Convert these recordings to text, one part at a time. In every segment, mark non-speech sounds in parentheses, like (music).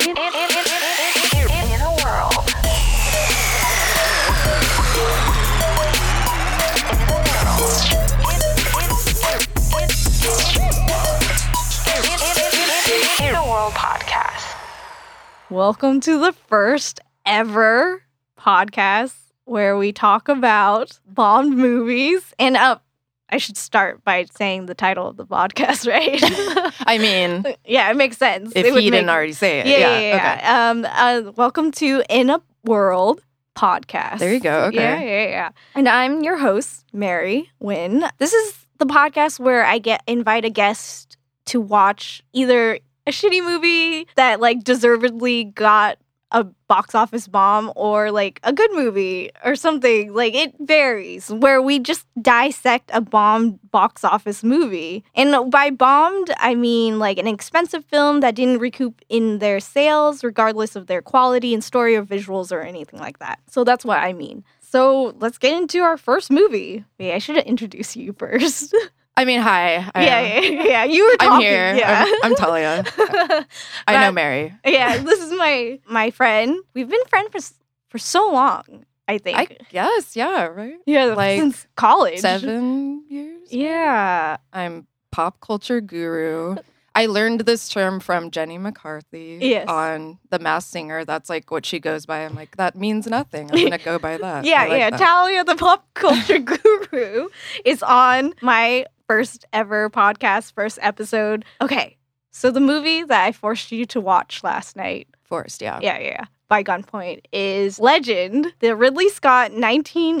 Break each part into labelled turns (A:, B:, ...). A: in, in, in, in, in, in the world. In the world podcast.
B: Welcome to the first ever podcast where we talk about Bond movies. And uh, I should start by saying the title of the podcast, (laughs)
C: (laughs)
B: right?
C: I
B: (laughs)
C: mean,
B: yeah, it makes sense.
C: if
B: It would
C: he didn't
B: make-
C: already say it.
B: Yeah, yeah, yeah. Um, uh, welcome to In a World podcast.
C: There you go. Okay.
B: Yeah, yeah, yeah. And I'm your host, Mary Wynn. This is the podcast where I get invite a guest to watch either a shitty movie that like deservedly got a box office bomb or like a good movie or something. Like it varies where we just dissect a bombed box office movie. And by bombed, I mean like an expensive film that didn't recoup in their sales, regardless of their quality and story or visuals or anything like that. So that's what I mean. So let's get into our first movie. Wait, I should introduce you first. (laughs)
C: I mean, hi. I
B: yeah,
C: am.
B: yeah, yeah, yeah. You were talking.
C: I'm here.
B: Yeah.
C: (laughs) I'm, I'm Talia.
B: (laughs)
C: I know
B: That-
C: Mary.
B: yeah, (laughs) this is my my friend. We've been friends for s- for so long. I think.
C: I guess. Yeah. Right.
B: yeah, (laughs)
C: like,
B: since college.
C: Seven years.
B: Yeah.
C: I'm pop culture guru. I learned this term from Jenny McCarthy
B: Yes.
C: on The Mass Singer. That's like what she goes by. I'm like, that means nothing.
B: (laughs)
C: I'm gonna go by that.
B: yeah,
C: I like
B: yeah.
C: that.
B: Talia, the pop (laughs) culture guru, is on my first ever podcast, first episode. Okay. So the movie that I forced you to watch last night
C: Forced. Yeah.
B: yeah, yeah, yeah. By gunpoint is Legend, the Ridley Scott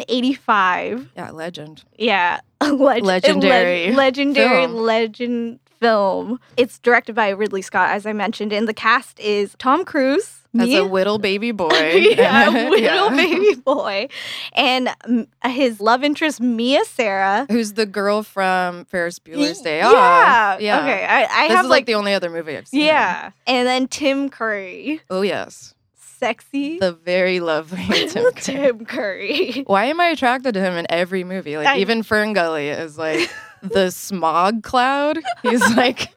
B: 1985.
C: Yeah, Legend.
B: (laughs) Yeah, leg-
C: Legendary
B: leg- legendary
C: film.
B: legend film. It's directed by Ridley Scott, as I mentioned, and the cast is Tom Cruise (laughs)
C: As
B: me-
C: a little baby boy.
B: yeah, little
C: (laughs) Yeah.
B: baby boy, and um, his love interest Mia Sarah.
C: Who's the girl from Ferris Bueller's Day Off?
B: yeah, Okay, I, I
C: This
B: have
C: is like,
B: like,
C: the only other movie I've seen.
B: yeah, and then Tim Curry,
C: Oh yes,
B: sexy (laughs)
C: the very lovely Tim. Curry.
B: Tim Curry.
C: Why am I attracted to him in every movie? Like
B: I-
C: even Ferngully is
B: (laughs)
C: like the smog cloud. He's like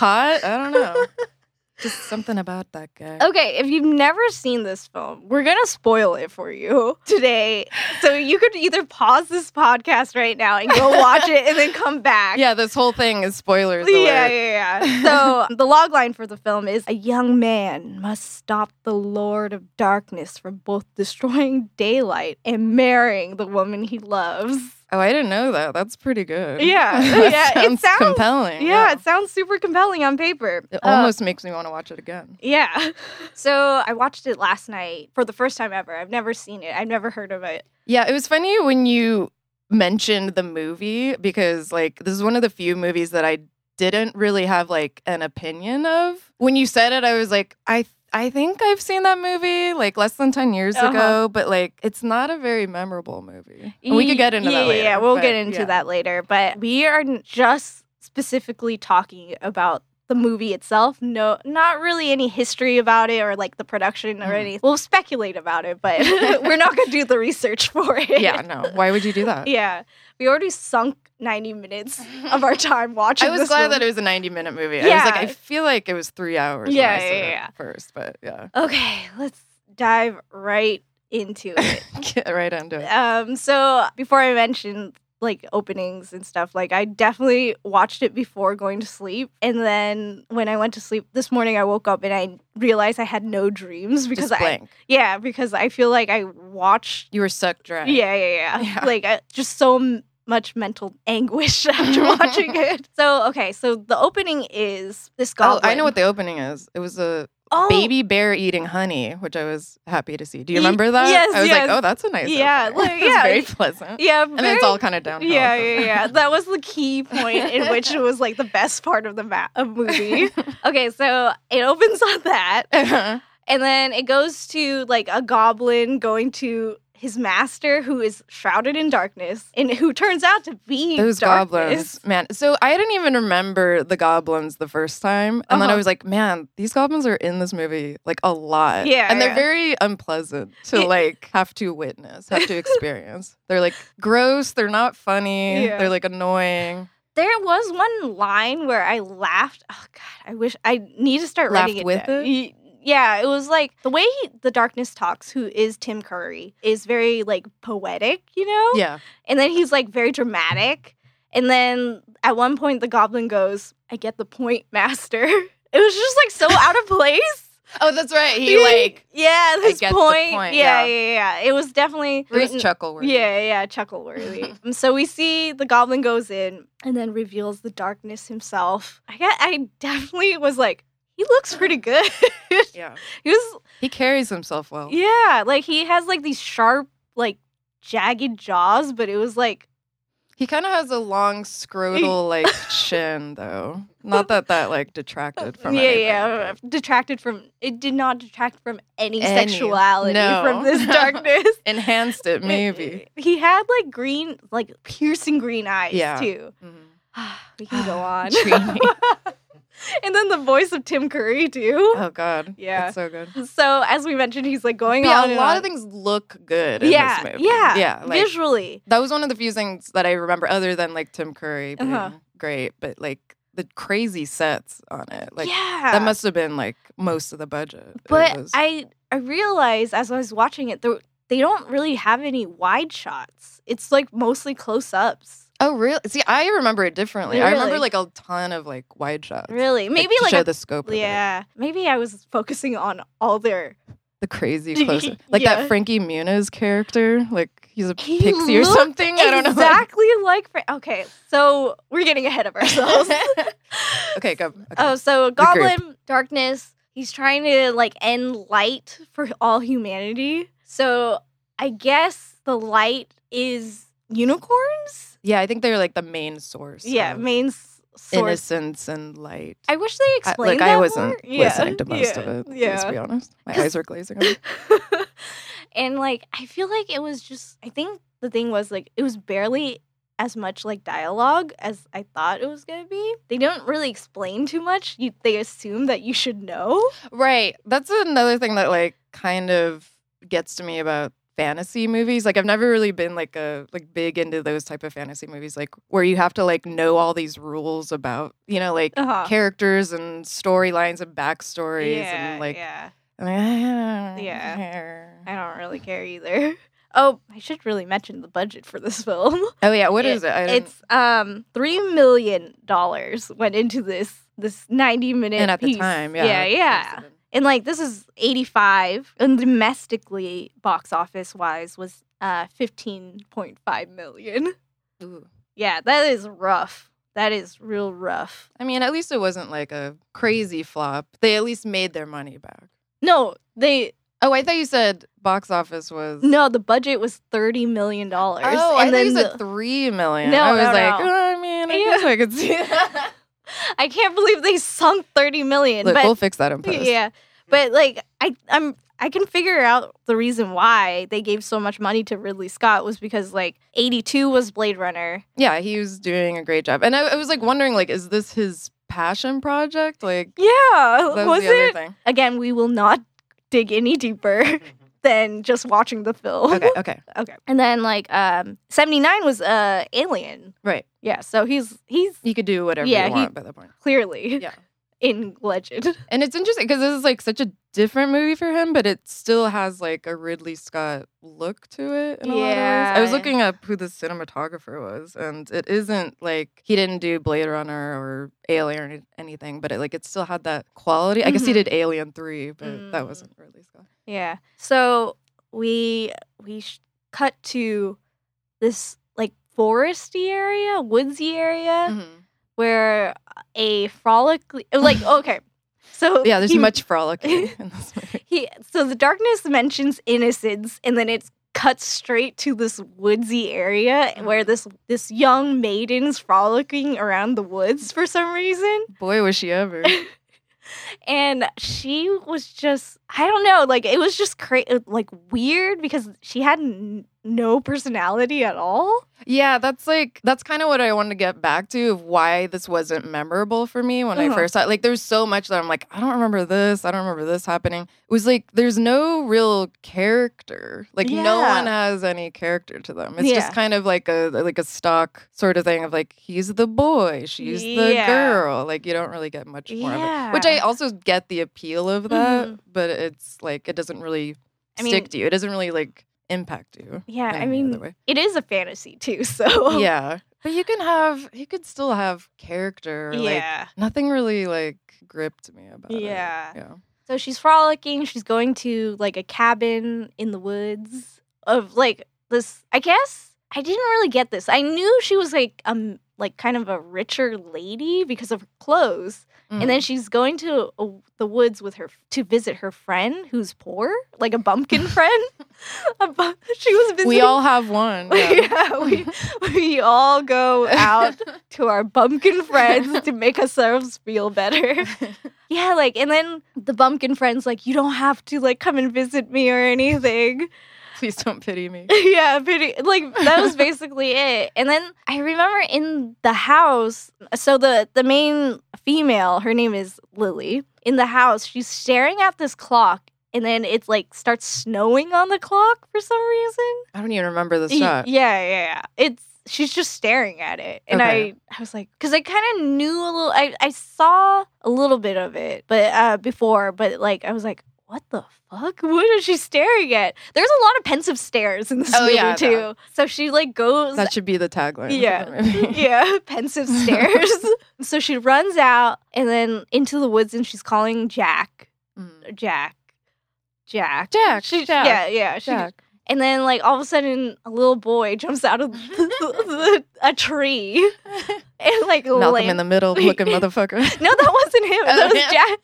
C: hot. I don't know. Just something about that guy.
B: Okay, if you've never seen this film, we're gonna spoil it for you (laughs) today. So you could either pause this podcast right now and go watch it and then come back.
C: (laughs) Yeah, this whole thing is spoilers.
B: (laughs) Yeah,
C: alert.
B: yeah, yeah.
C: (laughs)
B: So the log line for the film is a young man must stop the Lord of Darkness from both destroying daylight and marrying the woman he loves.
C: Oh, I didn't know that. That's pretty good. (laughs)
B: Yeah, Oh,
C: That
B: yeah, it
C: sounds
B: sounds-
C: compelling.
B: Yeah, it sounds super compelling on paper.
C: It
B: Uh,
C: almost makes me want to watch it again.
B: yeah. (laughs) So I watched it last night for the first time ever. I've never seen it. I've never heard of it.
C: Yeah, it was funny when you mentioned the movie because like this is one of the few movies that I didn't really have like an opinion of. When you said it, I was like, I I think I've seen that movie like less than 10 years
B: Uh-huh.
C: ago, but like it's not a very memorable movie. And we could get into
B: yeah,
C: that later.
B: Yeah, we'll
C: but
B: get into
C: yeah.
B: that later. But we are n- just specifically talking about the movie itself. No, not really any history about it or like the production or
C: Mhm.
B: any. We'll speculate about it, but (laughs) we're not going to do the research (laughs) for it.
C: Yeah, no. Why would you do
B: (laughs)
C: that?
B: yeah. We already sunk 90 minutes of our time watching
C: (laughs) I was
B: this
C: glad
B: movie.
C: that it was a 90 minute movie. I
B: Yeah.
C: was like, I feel like it was three hours.
B: Yeah,
C: when I saw
B: yeah,
C: it
B: yeah.
C: First, but yeah, (laughs)
B: Okay, let's dive right into it.
C: get right into it.
B: um so before i mentioned like openings and stuff like i definitely watched it before going to sleep and then when i went to sleep this morning i woke up and i realized i had no dreams because
C: Just
B: i
C: blank.
B: yeah because i feel like i watched
C: you were sucked dry.
B: yeah yeah yeah,
C: (laughs) Yeah.
B: like I, just so m- much mental anguish (laughs)
C: (laughs)
B: after watching it so okay so the opening is this
C: Oh,
B: goblin
C: I know what the opening is. It was a
B: oh,
C: baby bear eating honey, which I was happy to see. Do you
B: Ye-
C: remember that?
B: yes,
C: I was
B: yes.
C: like, oh, (laughs) that's a nice.
B: Yeah,
C: opening.
B: like,
C: it was
B: yeah,
C: very
B: y-
C: pleasant.
B: yeah
C: and then
B: very-
C: it's all kind of downhill.
B: Yeah,
C: from
B: yeah,
C: there.
B: yeah. That was the
C: (laughs)
B: key point in which it was like the best part of the ma- of
C: (laughs)
B: movie. Okay, so it opens on that, and then it goes to like a goblin going to his master, who is shrouded in darkness, and who turns out to be
C: Those
B: darkness.
C: goblins, man. So I didn't even remember the goblins the first time, and then
B: Uh-huh.
C: I was like, man, these goblins are in this movie like a lot.
B: Yeah,
C: and they're
B: yeah.
C: very unpleasant to
B: Yeah.
C: like have to witness,
B: (laughs)
C: have to experience. they're like gross. They're not funny.
B: Yeah.
C: They're like annoying.
B: There was one line where I laughed. Oh God, I wish I need to start
C: Laughed
B: writing it
C: with
B: down.
C: it?
B: Y- Yeah, it was like the way he, the darkness talks, who is Tim Curry, is very like poetic, you know?
C: Yeah.
B: And then he's like very dramatic. And then at one point, the goblin goes, I get the point, master. (laughs) It was just like (laughs) so out of place.
C: Oh, that's right. (laughs) He like
B: Yeah, his
C: get
B: point.
C: the point,
B: Yeah,
C: yeah.
B: yeah, yeah. It was definitely
C: it
B: written.
C: was chuckle.
B: yeah, yeah, chuckle worthy. (laughs) so we see the goblin goes in and then reveals the darkness himself. I got, I definitely was like, he looks pretty good. (laughs)
C: Yeah.
B: he was
C: He carries himself
B: Oh.
C: well.
B: yeah, like he has like these sharp, like jagged jaws, but it was like
C: He kind of has a long
B: (laughs)
C: scrotal like chin though. Not that that like detracted from
B: yeah,
C: anything,
B: yeah, detracted from. It did not detract from any,
C: Any-
B: sexuality
C: no.
B: from
C: (laughs)
B: this darkness.
C: but Enhanced it maybe.
B: (laughs) he had like green, like piercing green eyes
C: Yeah.
B: too. (sighs)
C: Mhm.
B: we can
C: (sighs)
B: go on.
C: Dreamy.
B: (laughs) and then the voice of Tim Curry too.
C: Oh god.
B: Yeah.
C: It's so good.
B: So as we mentioned, he's like going
C: Oh. yeah,
B: on
C: a
B: and
C: lot
B: on.
C: of things look good in
B: yeah,
C: this movie.
B: yeah,
C: Yeah. Like,
B: visually.
C: that was one of the few things that I remember other than like Tim Curry being
B: Uh-huh.
C: great, but like the crazy sets on it. Like
B: yeah,
C: that must have been like most of the budget. It
B: But
C: was-
B: I I realized as I was watching it, there, they don't really have any wide shots. It's like mostly close ups.
C: Oh, really? See, I remember it differently. I remember
B: Really?
C: like a ton of like wide shots.
B: Really, maybe
C: to
B: like,
C: show
B: a-
C: the scope. Yeah,
B: yeah, maybe I was focusing on all their. (laughs)
C: the crazy close, like
B: Yeah.
C: that Frankie Muniz character. Like he's a
B: He
C: pixie or
B: looked
C: something. I don't
B: (laughs)
C: know.
B: exactly like. Fra- okay, so we're getting ahead of (laughs) ourselves.
C: okay, go. Okay.
B: Oh, so
C: The group.
B: Goblin Darkness, he's trying to like end light for all humanity. So I guess the light is unicorns.
C: yeah, I think they're like the main source.
B: Yeah,
C: of
B: main s- source.
C: innocence and light.
B: I wish they
C: I-
B: explained
C: like
B: that
C: I wasn't
B: more. Yeah,
C: listening to most
B: yeah,
C: of it. Let's
B: Yeah.
C: be honest. My eyes were glazing over.
B: (laughs) and like I feel like it was just I think the thing was like it was barely as much like dialogue as I thought it was gonna be. They don't really explain too much. You they assume that you should know.
C: Right. That's another thing that like kind of gets to me about fantasy movies. Like I've never really been like a like big into those type of fantasy movies like where you have to like know all these rules about, you know, like
B: Uh-huh.
C: characters and storylines and backstories
B: yeah,
C: and like
B: yeah.
C: I'm like, (laughs) "I don't
B: Yeah.
C: care."
B: I don't really care either. (laughs) Oh, I should really mention the budget for this (laughs) film.
C: Oh yeah, what is it? I didn't-
B: It's um three million dollars went into this this ninety minute
C: and at the
B: piece.
C: time, yeah.
B: yeah,
C: it was
B: yeah.
C: even-
B: And like this is eighty five, and domestically box office wise was uh fifteen point five million.
C: Ooh.
B: Yeah, that is rough. That is real rough.
C: I mean, at least it wasn't like a crazy flop. They at least made their money back.
B: No, they
C: Oh, I thought you said box office was
B: no. The budget was thirty million dollars.
C: Oh, I
B: and
C: thought
B: then
C: you
B: the-
C: said three million.
B: No,
C: I was
B: no,
C: like,
B: no.
C: oh, I mean,
B: (laughs)
C: I
B: Yeah.
C: guess I could see that.
B: I can't believe they sunk thirty million.
C: Look,
B: but
C: we'll fix that in post.
B: Yeah, but like I, I'm I can figure out the reason why they gave so much money to Ridley Scott was because like '82 was Blade Runner.
C: Yeah, he was doing a great job, and I, I was like wondering, like, is this his passion project? Like,
B: Yeah,
C: that was,
B: was,
C: the other
B: it?
C: thing.
B: Again, we will not dig any deeper (laughs) than just watching the film.
C: Okay, okay,
B: Mm-hmm. (laughs) okay. And then like um '79 was uh Alien.
C: right.
B: Yeah, so he's he's
C: You could do whatever
B: Yeah,
C: you
B: he-
C: want by that point.
B: clearly (laughs)
C: Yeah.
B: in legend. (laughs)
C: And it's interesting because this is like such a different movie for him, but it still has like a Ridley Scott look to it. In a lot of ways. I was
B: Yeah.
C: looking up who the cinematographer was, and it isn't like he didn't do Blade Runner or Alien or any- anything, but it like it still had that quality. I guess he
B: Mhm.
C: did Alien Three, but that
B: Mm.
C: wasn't Ridley Scott.
B: Yeah. So we we sh- cut to this like foresty area, woodsy area
C: Mm-hmm.
B: where a frolic like okay. So
C: Yeah, there's
B: he-
C: much frolicking (laughs) in this movie.
B: He so the darkness mentions innocence and then it's cut straight to this woodsy area
C: Mm-hmm.
B: where this this young maiden's frolicking around the woods for some reason
C: Boy, was she ever.
B: and she uh, was just i don't know like it was just cra- like weird because she had n- no personality at all.
C: Yeah, that's like that's kind of what I wanted to get back to of why this wasn't memorable for me when I
B: Uh-huh.
C: first saw it. Like there's so much that I'm like, I don't remember this, I don't remember this happening. It was like there's no real character. Like no
B: Yeah.
C: one has any character to them. It's
B: Yeah.
C: just kind of like a like a stock sort of thing of like he's the boy, she's the
B: Yeah.
C: girl. Like you don't really get much more of it. Which I
B: Yeah.
C: also get the appeal of that,
B: Mhm.
C: but it's like it doesn't really
B: I
C: stick
B: mean-
C: to you. It doesn't really like impact you.
B: Yeah,
C: in
B: I
C: any
B: mean,
C: other way
B: It is a fantasy too, (laughs) so
C: yeah Oh, but you can have you could still have character like uh,
B: yeah.
C: nothing really like gripped me about
B: Yeah.
C: it yeah
B: So she's frolicking. She's going to like a cabin in the woods of like this. I guess I didn't really get this. I knew she was like um like kind of a richer lady because of her clothes,
C: Mm.
B: and then she's going to a, the woods with her to visit her friend who's poor, like a bumpkin (laughs) friend. A bu- she was visiting.
C: we all have one
B: (laughs)
C: yeah. (laughs)
B: yeah, we, we all go out to our bumpkin friends to make ourselves feel better. Yeah, like, and then the bumpkin friend's like, you don't have to like come and visit me or anything. (laughs)
C: please don't pity me
B: yeah, pretty, like that was basically it. And then I remember in the house, so the the main female, her name is Lily. In the house, she's staring at this clock. And then it's like starts snowing on the clock for some reason.
C: i don't even remember this
B: Y- (laughs)
C: shot
B: Yeah, yeah, yeah. It's she's just staring at it, and
C: Okay.
B: I, I was like, because I kind of knew a little. I, I saw a little bit of it, but uh, before, but like I was like, what the fuck? (laughs) What is she staring at? There's a lot of pensive stares in this
C: Oh,
B: movie
C: yeah,
B: too.
C: yeah.
B: So she like goes.
C: that should be the tagline (laughs)
B: (laughs)
C: for
B: yeah,
C: the
B: (laughs)
C: movie. (laughs)
B: yeah, pensive stares. so she runs out and then into the woods, and she's calling Jack,
C: Mm.
B: Jack, Jack,
C: Jack,
B: She,
C: Jack,
B: yeah, yeah. She,
C: Jack.
B: and then, like, all of a sudden, a little boy jumps out of (laughs) the, a (laughs) tree and, like,
C: Malcolm
B: land-
C: in the middle looking motherfucker.
B: (laughs) No, that wasn't (laughs) him.
C: Oh,
B: That was
C: yeah.
B: Jack.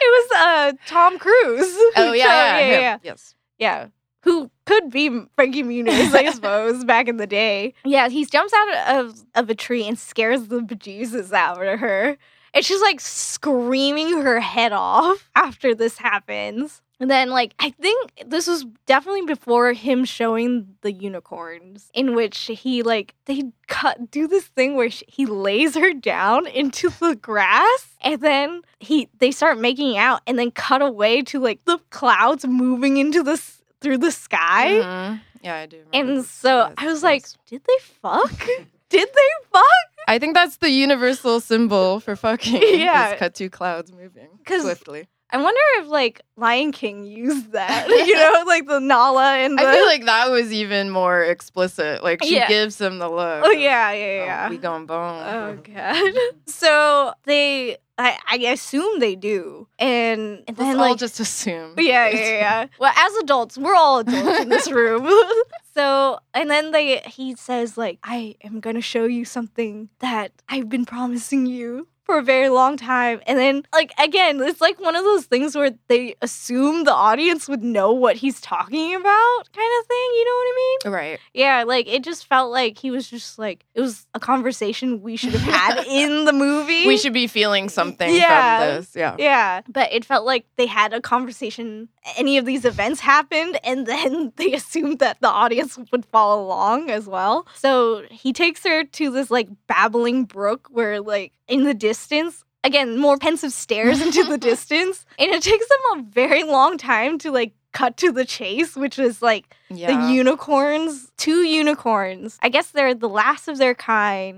B: It was uh, Tom (laughs) Cruise.
C: Oh yeah,
B: So,
C: yeah,
B: yeah,
C: him.
B: yeah.
C: yes.
B: Yeah. Who could be Frankie Muniz, (laughs) I suppose, back in the day. Yeah, he jumps out of, of a tree and scares the bejesus out of her. And she's like screaming her head off (laughs) after this happens. And then, like, I think this was definitely before him showing the unicorns, in which he, like, they cut, do this thing where sh he lays her down into the grass, and then he, they start making out, and then cut away to, like, the clouds moving into the, s- through the sky.
C: Mhm. Yeah, I do. remember
B: And
C: this.
B: so
C: Yes,
B: I was
C: yes.
B: like, did they fuck? (laughs) did they fuck?
C: I think that's the universal symbol for
B: (laughs)
C: fucking.
B: Yeah.
C: is cut two clouds moving
B: 'Cause-
C: swiftly.
B: I wonder if like Lion King used (laughs)
C: (laughs)
B: that, you know, like the Nala and the.
C: I feel like that was even more explicit. Like she
B: Yeah.
C: gives him the look.
B: (laughs) oh
C: of,
B: yeah,
C: "Oh,
B: yeah,
C: we
B: yeah.
C: going bone.
B: Oh
C: (laughs)
B: god. (laughs) So they, I, I assume they do, and, and
C: Let's
B: then
C: all
B: like
C: just assume.
B: Yeah,
C: that
B: yeah,
C: it's-
B: yeah. Mm-hmm. (laughs) Well, as adults, we're all adults in this room. (laughs) so, and then they he says like, "I am going to show you something that I've been promising you for a very long time." And then like again, it's like one of those things where they assume the audience would know what he's talking about, kind of thing, you know what I mean?
C: Right.
B: Yeah, like it just felt like he was just like it was a conversation we should have (laughs) had in the movie.
C: We should be feeling something
B: Yeah.
C: from this. Yeah.
B: Yeah, but it felt like they had a conversation. Any of these events happened, and then (laughs) they assumed that the audience would follow along as well. So he takes her to this like babbling brook where, like, in the distance, again, more pensive stares into the distance. And it takes them a very long time to like cut to the chase, which is like
C: Yeah.
B: the unicorns, two unicorns. I guess they're the last of their kind,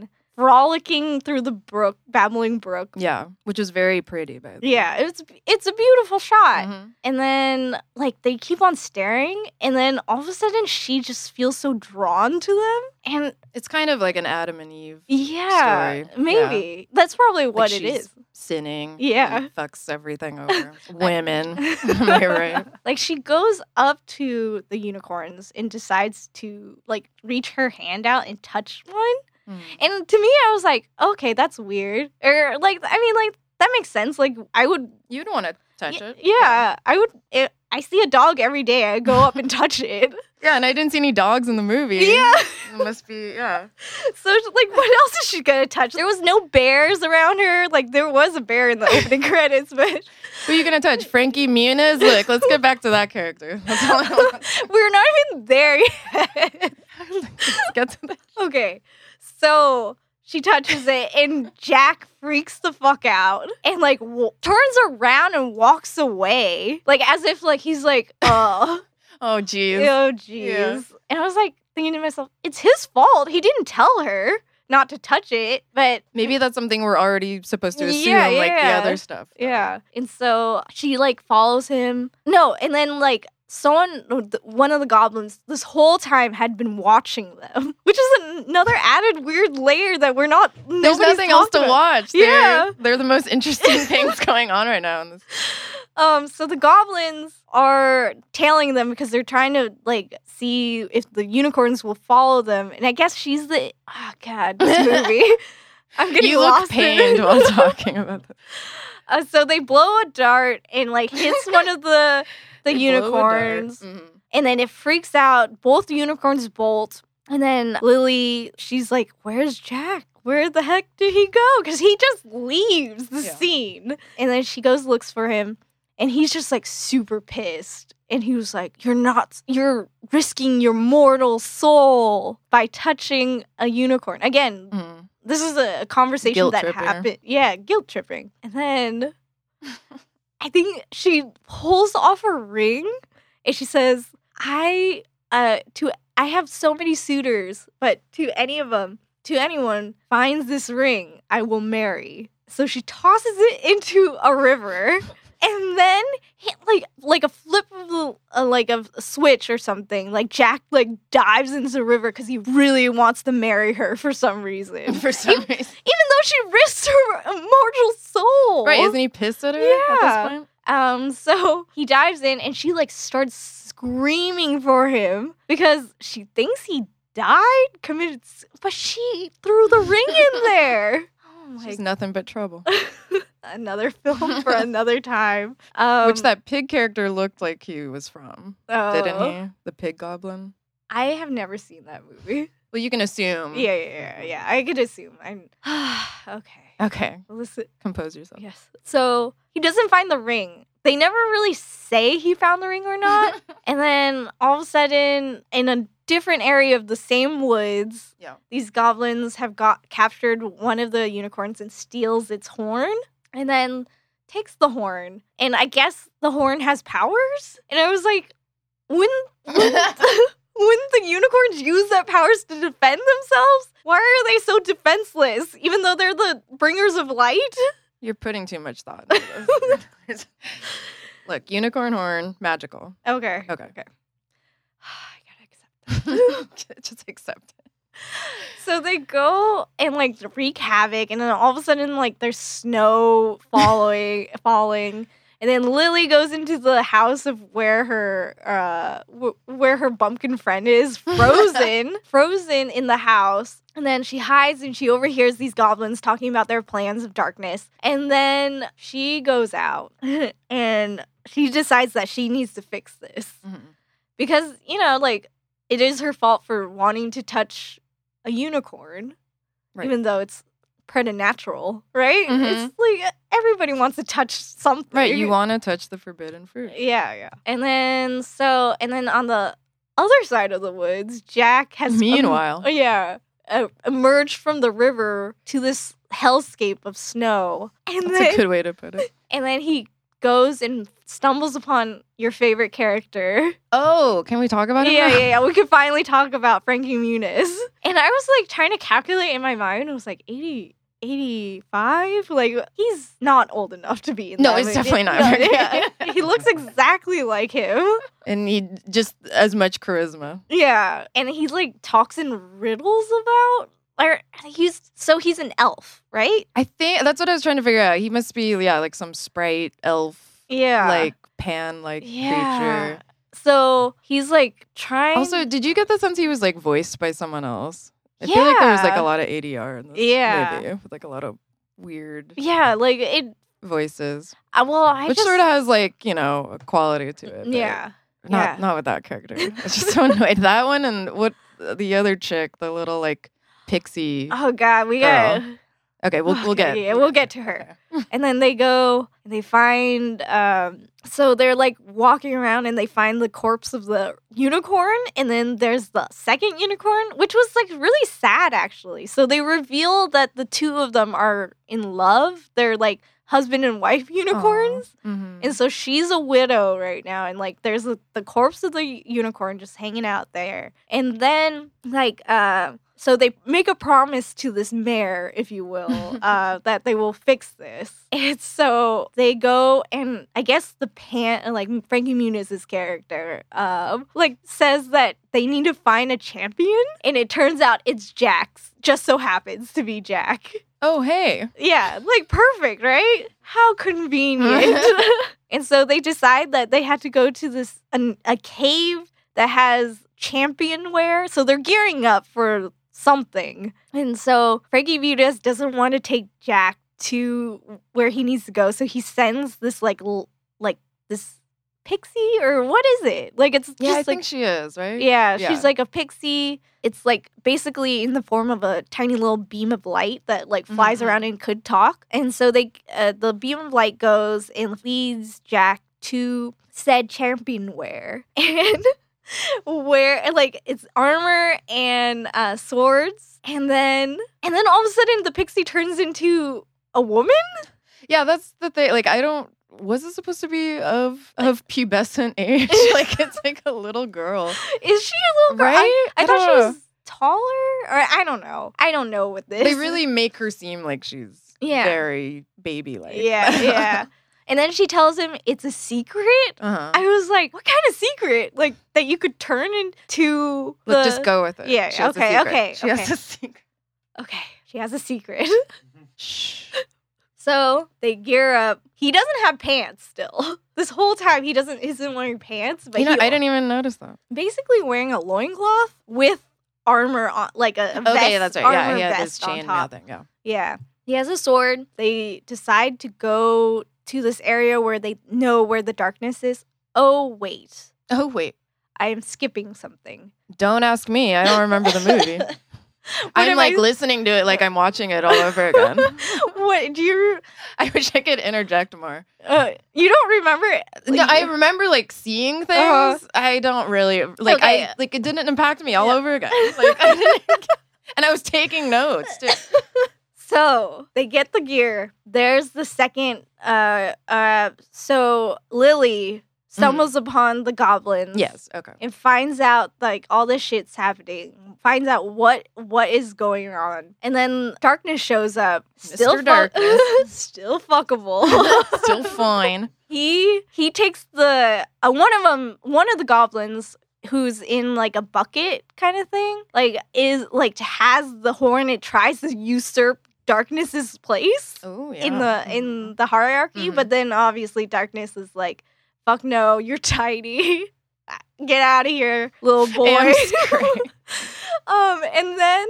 B: frolicking through the brook, babbling brook.
C: yeah. Which is very pretty, by the way.
B: Yeah, it's it's a beautiful shot.
C: Mhm.
B: And then like they keep on staring and then all of a sudden she just feels so drawn to them and
C: It's kind of like an Adam and Eve
B: yeah,
C: Story,
B: maybe. That's probably what it
C: she's-
B: is.
C: sinning. and
B: Yeah. (laughs)
C: fucks everything over. Women. (laughs) Am I right?
B: Like she goes up to the unicorns and decides to like reach her hand out and touch one.
C: Mm.
B: And to me I was like, "Okay, that's weird." Or like I mean like that makes sense. Like I would
C: You'd want to touch
B: Y-
C: it.
B: Yeah, I would. It, I see a dog every day. I go up and touch it.
C: Yeah, and I didn't see any dogs in the movie.
B: Yeah.
C: It must be, yeah.
B: So it's like, what (laughs) else is she gonna touch? There was no bears around her. Like there was a bear in the opening credits, but
C: Who are you going to touch? Frankie Muniz? Look, let's get back to that character. (laughs) That's all I want.
B: we're not even there yet. (laughs)
C: Let's get to that.
B: Okay, so she touches it, and Jack freaks the fuck out and like w- turns around and walks away, like as if like he's like, oh,
C: Oh, geez.
B: oh, jeez.
C: Yeah.
B: And I was like thinking to myself, it's his fault. He didn't tell her not to touch it, but
C: Maybe that's something we're already supposed to assume,
B: Yeah,
C: like the
B: yeah.
C: other stuff.
B: Yeah. And so she like follows him. No, and then like someone one of the goblins this whole time had been watching them, (laughs) which is an- another added weird layer that we're not
C: There's
B: nobody's
C: nothing else
B: talked
C: to
B: about.
C: watch.
B: Yeah.
C: They're, they're the most interesting (laughs) things going on right now. In this.
B: Um so the goblins are tailing them because they're trying to like see if the unicorns will follow them. And I guess she's the oh god, this
C: (laughs)
B: movie. (laughs) I'm getting
C: You
B: lost
C: look
B: in it.
C: pained while talking about that.
B: (laughs) Uh, so they blow a dart and like hits one of the (laughs)
C: (laughs)
B: the unicorns.
C: Mm-hmm.
B: and then it freaks out both unicorns bolt and then lily she's like where's jack where the heck did he go because he just leaves the
C: Yeah.
B: scene and then she goes looks for him and he's just like super pissed and he was like you're not you're risking your mortal soul by touching a unicorn again
C: Mm.
B: this is a a conversation
C: Guilt
B: that
C: tripping her.
B: happened. Yeah, guilt tripping. And then I think she pulls off her ring and she says, "I uh to I have so many suitors, but to any of them, to anyone finds this ring, I will marry." So she tosses it into a river. And then, he, like like a flip of the, uh, like a switch or something, like Jack like dives into the river because he really wants to marry her for some reason
C: (laughs) For some reason.
B: even though she risked her (laughs) immortal soul.
C: Right, isn't he pissed at her at
B: Yeah.
C: this point?
B: um, so (laughs) he dives in and she like starts screaming for him because she thinks he died, committed, s- but she threw the ring
C: (laughs)
B: in there. Oh my!
C: She's nothing but trouble. (laughs)
B: another film for another time. Um,
C: Which that pig character looked like he was from, didn't
B: oh,
C: he? The pig goblin.
B: I have never seen that movie.
C: Well, you can assume.
B: Yeah, yeah, yeah. yeah. I could assume. I'm (sighs) okay.
C: Okay,
B: Listen,
C: compose yourself.
B: Yes. So he doesn't find the ring. They never really say he found the ring or not. and then all of a sudden, in a different area of the same woods,
C: Yeah.
B: these goblins have got captured one of the unicorns and steals its horn, and then takes the horn. And I guess the horn has powers. And I was like, wouldn't wouldn't,
C: (laughs)
B: wouldn't the unicorns use that powers to defend themselves? Why are they so defenseless, even though they're the bringers of light?
C: You're putting too much thought. into (laughs) this. Look, unicorn horn, magical.
B: Okay.
C: Okay.
B: (sighs) I gotta accept.
C: (laughs) Just accept it.
B: So they go and like wreak havoc, and then all of a sudden, like there's snow following, falling, and then Lily goes into the house of where her, uh, w- where her bumpkin friend is frozen, frozen in the house. And then she hides and she overhears these goblins talking about their plans of darkness. And then she goes out (laughs) and she decides that she needs to fix this.
C: Mm-hmm.
B: because you know like it is her fault for wanting to touch a unicorn
C: Right.
B: even though it's preternatural right
C: Mhm.
B: it's like e, everybody wants to touch something
C: Right, you want to touch the forbidden fruit.
B: yeah yeah and then so and then on the other side of the woods jack has em-
C: Meanwhile.
B: yeah uh, emerged from the river to this hellscape of snow and then
C: That's a good way to put it.
B: and then he goes and stumbles upon your favorite character
C: Oh, can we talk about it?
B: yeah,
C: now?
B: yeah, yeah. We could finally talk about Frankie Muniz. uh, And I was like trying to calculate in my mind. I was like 80, 85. Like he's not old enough to be. In
C: No,
B: that
C: he's
B: movie.
C: definitely not.
B: (laughs) yeah. he looks exactly like him.
C: And he just as much charisma.
B: Yeah, and he like talks in riddles about. Or he's so he's an elf, right?
C: I think that's what I was trying to figure out. He must be, yeah, like some sprite elf,
B: Yeah,
C: like pan like
B: Yeah.
C: creature.
B: so he's like trying.
C: Also, did you get the sense he was like voiced by someone else? I feel like there was like
B: Yeah.
C: a lot of ADR in this
B: Yeah.
C: movie, with like a lot of weird
B: yeah, like it
C: voices,
B: I, well, I
C: which
B: just
C: sort of has like you know a quality to it. but
B: yeah.
C: not
B: yeah.
C: not with that character. I was
B: (laughs)
C: just so annoyed that one and what the other chick, the little like pixie.
B: Oh God, we got.
C: Okay, we'll we'll get
B: oh, (laughs) yeah, we'll get to her.
C: (laughs)
B: And then they go and they find um so they're like walking around and they find the corpse of the unicorn and then there's the second unicorn, which was like really sad actually. So they reveal that the two of them are in love. They're like husband and wife unicorns.
C: Mhm.
B: And so she's a widow right now, and like there's the the corpse of the unicorn just hanging out there. And then like uh, so they make a promise to this mayor, if you will, uh, that they will fix this. And so they go and I guess the pan like Frankie Muniz's character um like says that they need to find a champion, and it turns out it's Jax. Just so happens to be Jack.
C: Oh hey,
B: Yeah, like perfect, right? How
C: (laughs)
B: convenient. and so they decide that they had to go to this an, a cave that has champion wear. So they're gearing up for something. And so Frankie Vitas doesn't want to take Jack to where he needs to go, so he sends this like l- like this pixie or what is it? Like it's
C: yeah, I
B: just like
C: think she is right.
B: yeah,
C: Yeah.
B: she's like a pixie. It's like basically in the form of a tiny little beam of light that like flies
C: Mhm.
B: around and could talk. And so they, uh, the beam of light goes and leads Jack to said championware (laughs) and where and, like it's armor and uh, swords. And then and then all of a sudden the pixie turns into a woman. (laughs)
C: Yeah, that's the thing. Like, I don't. Was it supposed to be of of pubescent
B: (laughs)
C: age? (laughs) like, it's like a little girl,
B: Is she a little (laughs) girl? I-
C: right?
B: I,
C: don't
B: thought she
C: know.
B: was taller, or I don't know. I don't know with this.
C: They really make her seem like she's
B: Yeah.
C: very baby
B: (laughs)
C: like. (laughs)
B: Yeah, yeah. And then she tells him it's a secret.
C: uh-huh.
B: I was like, what kind of secret? Like that you could turn into
C: Look,
B: the-
C: just go with it.
B: yeah,
C: She has a
B: okay,
C: secret.
B: okay,
C: She has
B: okay.
C: a secret.
B: Okay, she has a secret. (laughs)
C: Shh.
B: so they gear up. He doesn't have pants still. (laughs) This whole time he doesn't isn't wearing pants, but
C: You know,
B: he-
C: I didn't even notice that.
B: basically wearing a loincloth with armor on like a, a vest.
C: Okay, that's right. Yeah,
B: armor
C: he had this
B: vest on
C: chain
B: top.
C: thing. Yeah.
B: Yeah. He has a sword. They decide to go to this area where they know where the darkness is. Oh, wait.
C: Oh wait,
B: I am skipping something. (laughs)
C: don't ask me. I don't remember the (laughs) movie. I'm
B: am
C: like
B: I-
C: listening to it like I'm watching it all over again. (laughs)
B: what do you
C: I wish I could interject more.
B: uh, you don't remember it?
C: No, I remember like seeing things.
B: Uh-huh.
C: I don't really like.
B: Okay.
C: I like it didn't impact me all
B: Yeah. (laughs)
C: over again. Like, I didn't, (laughs) and I was taking notes too.
B: So they get the gear. There's the second. Uh, uh, so Lily stumbles upon the goblins.
C: Yes. Okay.
B: and finds out like all this shit's happening finds out what what is going on and then darkness shows up still
C: Mr. Darkness.
B: (laughs) still (laughs) fuckable
C: Still fine.
B: he he takes the uh, one of them one of the goblins who's in like a bucket kind of thing like is like has the horn it tries to usurp darkness's place
C: (laughs) Oh yeah.
B: in the in the hierarchy, but then obviously darkness is like, fuck no, you're (laughs) tiny. Get out of here, little boy.
C: (laughs)
B: um, and then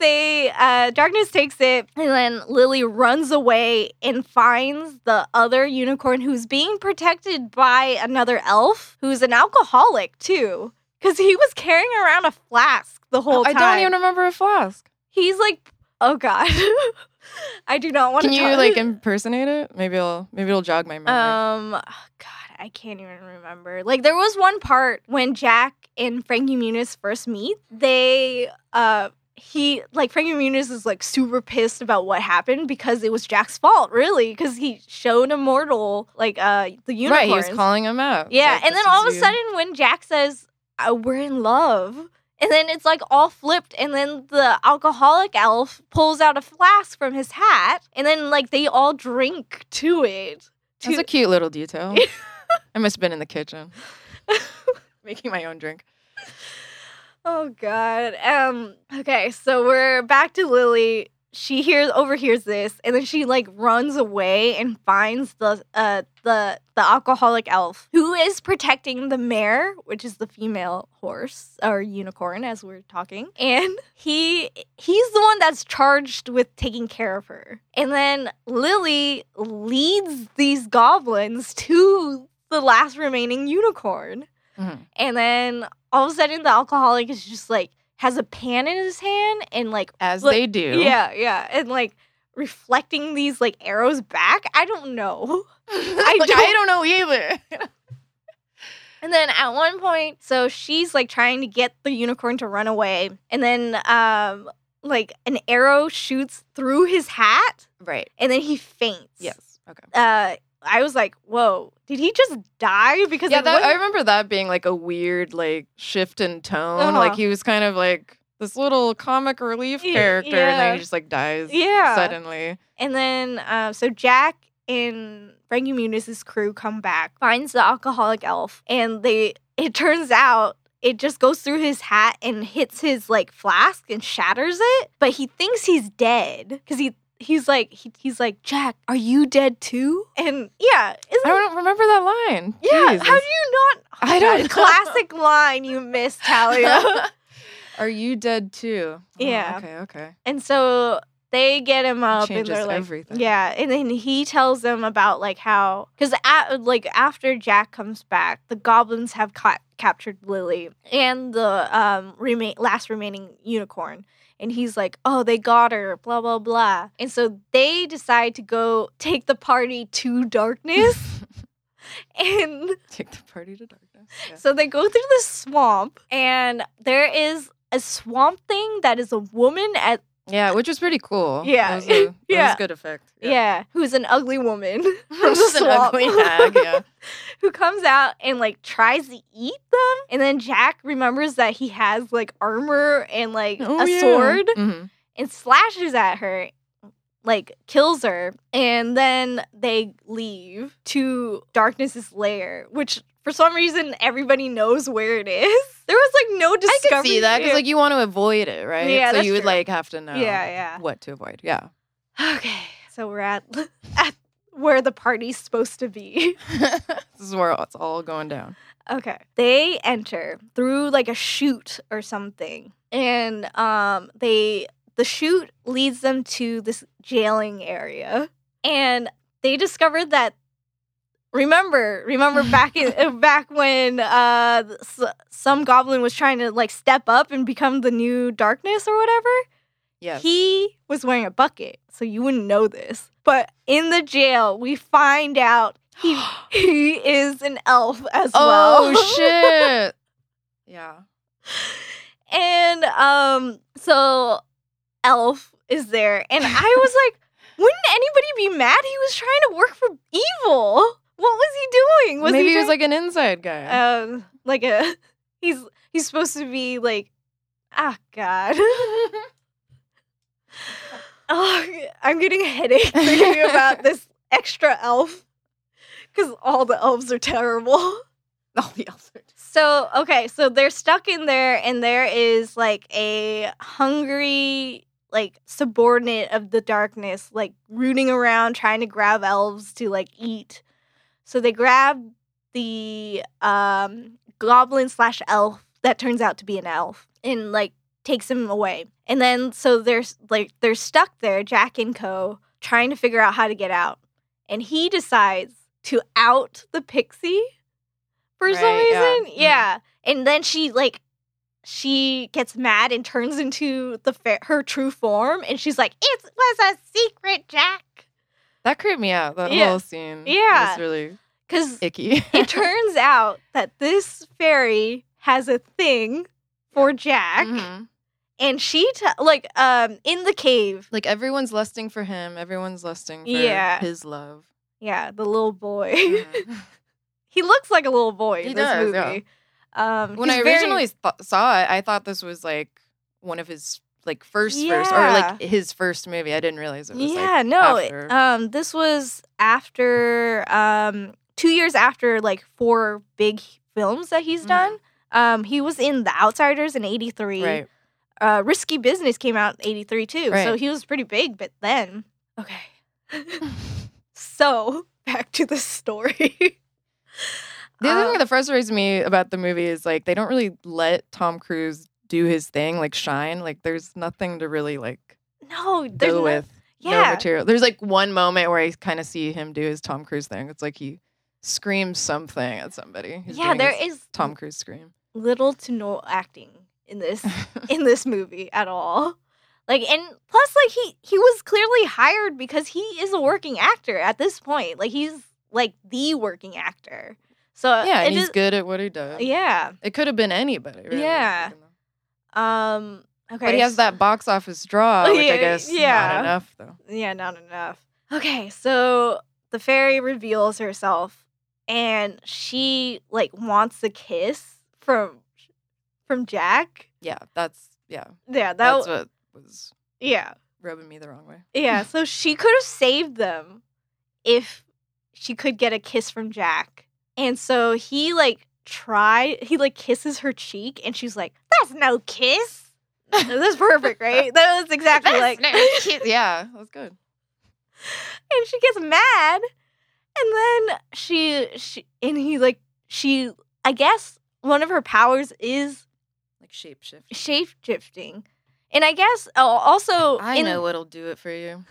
B: they uh darkness takes it and then Lily runs away and finds the other unicorn who's being protected by another elf who's an alcoholic too. Cause he was carrying around a flask the (laughs) whole
C: I
B: time.
C: don't even remember a flask.
B: He's like, oh god, (laughs) I do not want
C: Can
B: to.
C: you like impersonate it? Maybe it'll maybe it'll jog my memory.
B: Um, oh, God, I can't even remember. Like there was one part when Jack and Frankie Muniz first meet. They, uh, he like Frankie Muniz is like super pissed about what happened because it was Jack's fault, really, because he showed a mortal like uh the unicorns.
C: right. He was calling him out.
B: yeah,
C: Like,
B: and
C: this
B: then all
C: is
B: of a
C: you.
B: sudden when Jack says uh, we're in love. And then it's like all flipped, and then the alcoholic elf pulls out a flask from his hat, and then like they all drink to it.
C: That's
B: to-
C: a cute little detail.
B: (laughs)
C: I must have been in the kitchen making my own drink.
B: Oh God. Um. Okay, so we're back to Lily. she hears overhears this and then she like runs away and finds the uh the the alcoholic elf who is protecting the mare which is the female horse or unicorn as we're talking and he he's the one that's charged with taking care of her and then lily leads these goblins to the last remaining unicorn
C: Mhm.
B: and then all of a sudden the alcoholic is just like has a pan in his hand and like
C: as
B: Look,
C: they do.
B: (laughs) yeah, yeah. And like reflecting these like arrows back. I don't know. (laughs)
C: I, like, I don't know either.
B: And then at one point, so she's like trying to get the unicorn to run away. And then um like an arrow shoots through his hat
C: right.
B: and then he faints.
C: Yes. Okay.
B: Uh I was like, whoa, did he just die? Because
C: Yeah,
B: it
C: that, I
B: wasn't-
C: remember that being like a weird like shift in tone.
B: Uh-huh.
C: Like he was kind of like this little comic relief
B: Y-
C: character, and
B: yeah.
C: then he just like dies
B: Yeah.
C: suddenly.
B: And then, uh, so Jack and Frankie Muniz's crew come back, finds the alcoholic elf, and they. It turns out it just goes through his hat and hits his like flask and shatters it. But he thinks he's dead because he he's like he, he's like Jack, are you dead too? And yeah,
C: I
B: isn't
C: don't remember that line.
B: yeah?
C: Jesus.
B: How do you not? Oh
C: I
B: my
C: don't
B: God, (laughs)
C: know.
B: Classic line you missed, Talia.
C: (laughs) Are you dead too? Oh,
B: Yeah.
C: okay. Okay.
B: And so they get him up and
C: Changes
B: they're like,
C: everything.
B: yeah. And then he tells them about like how, because at, like after Jack comes back, the goblins have caught, captured Lily and the um remain last remaining unicorn. And he's like, oh, they got her, blah, blah, blah. And so they decide to go take the party to
C: (laughs)
B: darkness. and
C: Take the party
B: (laughs)
C: to darkness. Yeah.
B: so they go through the swamp, and there is a swamp thing that is a woman at
C: Yeah, which was pretty cool.
B: Yeah.
C: That was, a, that
B: (laughs) Yeah.
C: was good effect.
B: Yeah.
C: (laughs)
B: who's an ugly woman from the
C: Just an
B: swamp, (laughs)
C: ugly hag. Yeah.
B: who comes out and like tries to eat them. And then Jack remembers that he has like armor and like
C: Oh,
B: a
C: yeah.
B: sword
C: Mhm.
B: and slashes at her, like kills her. And then they leave to Darkness's lair, which for some reason everybody knows where it is. (laughs) There was like no
C: I
B: discovery.
C: could see that because like you want to avoid it, right?
B: Yeah,
C: So
B: that's
C: you would
B: true.
C: like have to know.
B: yeah, yeah.
C: What to avoid? Yeah.
B: Okay, so we're at (laughs) at where the party's supposed to be.
C: (laughs) this is where it's all going down.
B: Okay. They enter through like a chute or something. And um they the chute leads them to this jailing area. And they discovered that remember, remember back in uh, back when uh s- some goblin was trying to like step up and become the new darkness or whatever?
C: Yes.
B: He was wearing a bucket, so you wouldn't know this. But in the jail, we find out
C: (gasps)
B: he he is an elf as well. (laughs)
C: (laughs) oh shit. Yeah.
B: And um, so elf is there, and I
C: (laughs)
B: was like, wouldn't anybody be mad? He was trying to work for evil. What was he doing? Was
C: Maybe
B: he,
C: he, Uh, was
B: trying-
C: like an
B: (laughs)
C: inside (laughs) guy.
B: um, like a he's he's supposed to be like, ah,
C: (laughs)
B: god. Oh, I'm getting a headache thinking
C: (laughs)
B: about this extra elf because all the elves are terrible.
C: All oh, the elsewhere.
B: So, okay, so they're stuck in there, and there is like a hungry, like subordinate of the darkness, like rooting around trying to grab elves to like eat. So they grab the um, goblin slash elf that turns out to be an elf and like takes him away. And then so they're s- like they're stuck there, Jack and Co, trying to figure out how to get out. And he decides to out the pixie for some
C: Right, yeah.
B: reason.
C: Mhm.
B: Yeah. And then she like she gets mad and turns into the fa- her true form and she's like, "It was a secret, Jack."
C: That creeped me out. That
B: Yeah.
C: whole scene.
B: Yeah.
C: It's really
B: Cuz
C: icky. (laughs)
B: it turns out that this fairy has a thing for Jack,
C: Mhm.
B: and she t- like um in the cave.
C: Like everyone's lusting for him. Everyone's lusting for
B: Yeah.
C: his (laughs) love.
B: Yeah, the little boy.
C: Mhm.
B: (laughs) he looks like a little boy in
C: He
B: this
C: does, yeah.
B: movie. Um,
C: when
B: he's
C: I
B: very-
C: originally th- saw it, I thought this was like one of his like first first or like his first movie. I didn't realize it was
B: yeah,
C: like
B: no, it-
C: after.
B: um, this was after um two years after like four big films that he's
C: Mhm.
B: done. Um, he was in The Outsiders in '83.
C: right.
B: uh, Risky Business came out in 83 too.
C: Right.
B: So he was pretty big, but then. Okay. (laughs) so back to the story. (laughs)
C: The other
B: Uh,
C: thing that frustrates me about the movie is like they don't really let Tom Cruise do his thing, like shine. Like there's nothing to really like
B: no, there's
C: go
B: no-
C: with. No
B: Yeah.
C: material. There's like one moment where I kind of see him do his Tom Cruise thing. It's like he screams something at somebody. He's
B: yeah,
C: doing
B: there
C: his
B: is
C: Tom
B: (laughs)
C: Cruise scream.
B: little to no acting in this
C: (laughs)
B: in this movie at all. Like and plus like he he was clearly hired because he is a working actor at this point. Like he's like the working actor. So
C: yeah,
B: it
C: and he's
B: is-
C: good at what he does.
B: Yeah.
C: It could have been anybody. Really,
B: Yeah.
C: you know?
B: Um okay.
C: But he has
B: so-
C: that box office
B: (laughs)
C: draw, which
B: Yeah,
C: I guess yeah.
B: yeah.
C: not enough though.
B: Yeah, not enough. Okay, so the fairy reveals herself and she like wants a kiss from from Jack.
C: Yeah, that's yeah.
B: Yeah, that
C: That's
B: w-
C: what was
B: yeah.
C: rubbing me the wrong way.
B: Yeah, so she could have saved them if she could get a kiss from Jack. And so he like try he like kisses her cheek and she's like, That's no
C: (laughs)
B: kiss. That's perfect, right? That was exactly like
C: (laughs) yeah, that's good.
B: and she gets mad and then she she and he like she i guess one of her powers is
C: Like shapeshift.
B: shape shifting and i guess oh, also
C: I
B: in,
C: know what'll do it for you.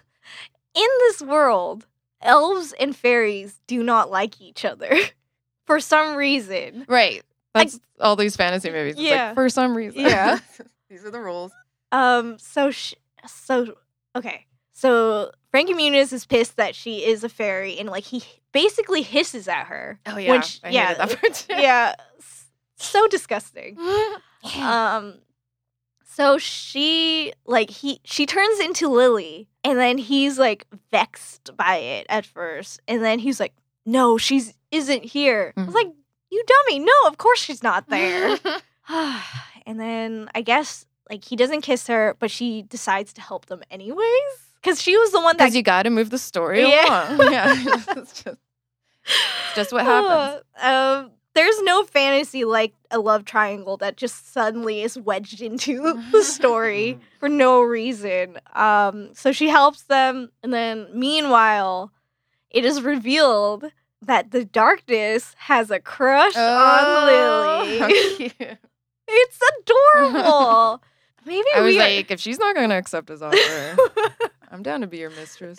B: in this world elves and fairies do not like each other (laughs) for some reason
C: Right.
B: Like-
C: That's all these fantasy movies. It's
B: Yeah.
C: like for some reason. (laughs)
B: Yeah.
C: These are the rules.
B: um so sh- so okay so frankie muniz is pissed that she is a fairy and like he basically hisses at
C: (laughs)
B: her
C: Oh
B: when she-
C: I
B: yeah
C: hated that part too.
B: yeah S- so disgusting
C: (laughs)
B: um so she like he she turns into lily and then he's like vexed by it at first and then he's like no she's isn't here i
C: Mhm.
B: was like you dummy no of course she's
C: (sighs)
B: not
C: (laughs)
B: there and then i guess like he doesn't kiss her but she decides to help them anyways because she was the one that
C: Because you got to move the story
B: Yeah.
C: (laughs) along. Yeah. it's, just, it's just what happens.
B: Uh, um, there's no fantasy like a love triangle that just suddenly is wedged into (laughs) the story for no reason. Um, so she helps them, and then meanwhile, it is revealed that the darkness has a crush
C: Oh.
B: on
C: (laughs)
B: Lily. (laughs)
C: how cute.
B: it's
C: (laughs)
B: adorable. Maybe
C: I was
B: we are
C: like, if she's not going to accept his (laughs) offer, I'm down to be your mistress.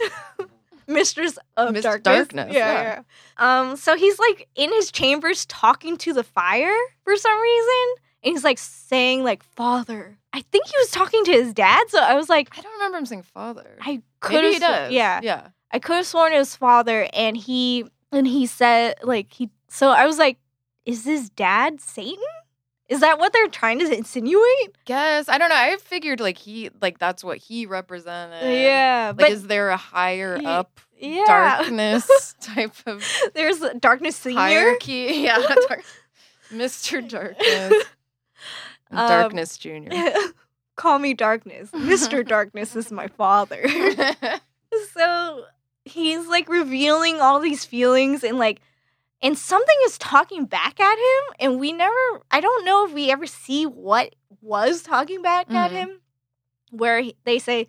B: mistress of
C: Miss
B: darkness.
C: Darkness,
B: yeah, yeah. Um, so he's like in his chambers talking to the fire for some reason, and he's like saying like "Father." I think he was talking to his dad, so I was like,
C: I don't remember him saying father.
B: I could
C: Maybe
B: have,
C: he does.
B: yeah,
C: Yeah.
B: I could have sworn it was father, and he and he said like he. So I was like, is his dad Satan? Is that what they're trying to insinuate?
C: Guess. I don't know. I figured like he, like that's what he represented.
B: yeah,
C: Uh, Like,
B: but
C: is there a higher
B: Ye-
C: up
B: yeah,
C: darkness (laughs) type of
B: (laughs) there's darkness senior.
C: hierarchy? (laughs)
B: (laughs)
C: Yeah, dark- Mr. Darkness, and
B: Um, (laughs)
C: Darkness Junior.
B: Call me darkness.
C: (laughs)
B: Mr. darkness is my father.
C: Uh-huh.
B: so he's like revealing all these feelings and like and something is talking back at him and we never I don't know if we ever see what was talking back at
C: Mhm.
B: him where he, they say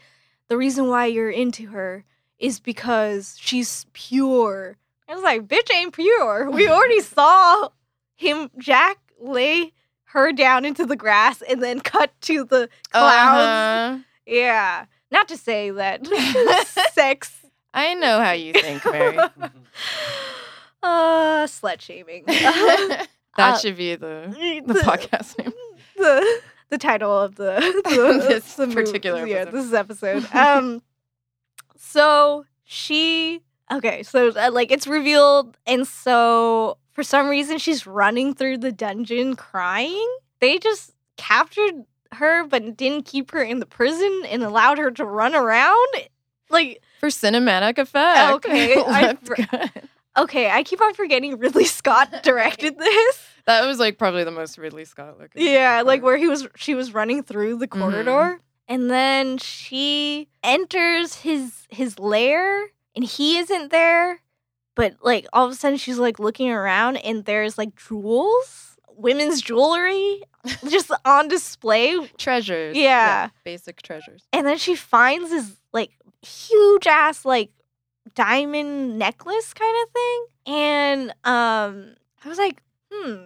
B: the reason why you're into her is because she's pure. I was like, bitch ain't pure. We already saw him Jack lay her down into the grass and then cut to the clouds.
C: Uh-huh.
B: Yeah. Not to say that (laughs) sex
C: I know how you think,
B: (laughs)
C: Mary. (laughs)
B: uh slut
C: (laughs)
B: shaming. (laughs)
C: that
B: Uh,
C: should be the the podcast name.
B: The, the title of the,
C: (laughs)
B: the
C: This
B: the mov-
C: particular
B: Yeah,
C: episode.
B: this is episode. Um so she okay, so uh, like it's revealed and so for some reason she's running through the dungeon crying. They just captured her but didn't keep her in the prison and allowed her to run around. Like
C: For cinematic effect.
B: Okay,
C: (laughs) It
B: I
C: looked good.
B: okay, I keep on forgetting Ridley
C: (laughs)
B: Scott directed this.
C: That was like probably the most Ridley Scott looking.
B: Yeah, like
C: part.
B: where he was she was running through the corridor and then she enters his his lair and he isn't there, but like all of a sudden she's like looking around and there's like jewels women's jewelry (laughs) just on display.
C: treasures.
B: Yeah.
C: Basic treasures.
B: And then she finds this like huge ass like diamond necklace kind of thing. And um I was like, hmm,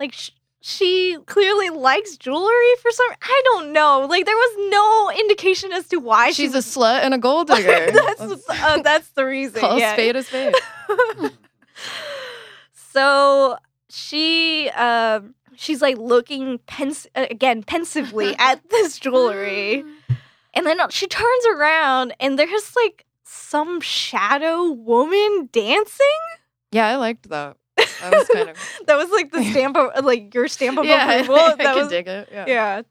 B: like sh- she clearly likes jewelry for some. I don't know. Like there was no indication as to why she
C: She's a slut and a gold digger.
B: (laughs) that's uh, that's the reason.
C: call
B: yeah.
C: a spade a spade.
B: (laughs) so she uh, she's like looking pens- uh, again
C: (laughs)
B: pensively at this jewelry, and then uh, she turns around and there's like some shadow woman dancing.
C: Yeah, I liked that.
B: (laughs)
C: That was kind of
B: That was like
C: (laughs)
B: the stamp of like your stamp of
C: yeah, (laughs)
B: approval.
C: I,
B: that
C: could
B: was
C: dig it. Yeah.
B: yeah,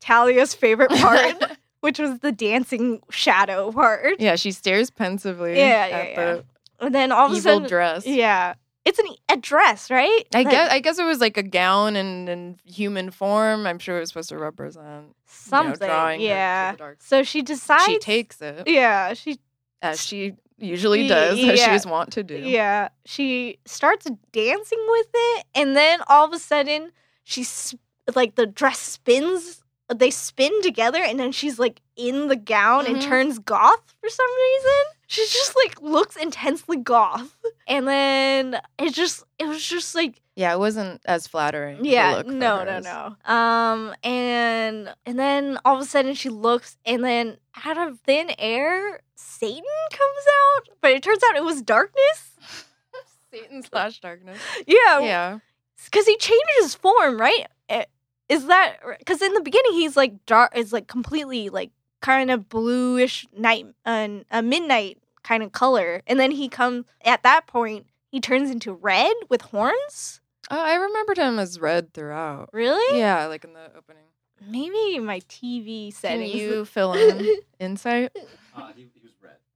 B: Talia's
C: (laughs)
B: favorite part, which was the dancing shadow part.
C: Yeah, she stares pensively
B: Yeah, yeah,
C: at
B: yeah.
C: the
B: And then all of a
C: evil
B: sudden,
C: dress.
B: yeah, it's an e, a dress, right?
C: I
B: Like-
C: guess I guess it was like a gown in, in human form. I'm sure it was supposed to represent you know,
B: something.
C: drawing her to
B: yeah.
C: the dark side.
B: So she decides.
C: She takes it
B: Yeah, she.
C: as she usually does, (laughs) as she
B: Yeah.
C: was wont to do.
B: Yeah, she starts dancing with it, and then all of a sudden, she sp- like the dress spins. They spin together, and then she's like in the gown and
C: Mhm.
B: turns goth for some reason. She just like looks intensely goth, and then it just it was just like
C: Yeah, it wasn't as flattering. of a
B: Yeah,
C: look for
B: no,
C: her
B: no,
C: as-
B: no. Um, and and then all of a sudden she looks, and then out of thin air, Satan comes out. But it turns out it was darkness.
C: (laughs)
B: (laughs)
C: Satan slash darkness.
B: Yeah,
C: Yeah.
B: because he changes his form, right? Eh, Is that because in the beginning he's like dark, is like completely like kind of bluish night, uh, a midnight kind of color, and then he comes at that point he turns into red with horns.
C: Oh, I remembered him as red throughout.
B: Really?
C: Yeah, like in the opening.
B: Maybe my TV
C: Can
B: settings.
C: you fill in insight?
D: Uh, he,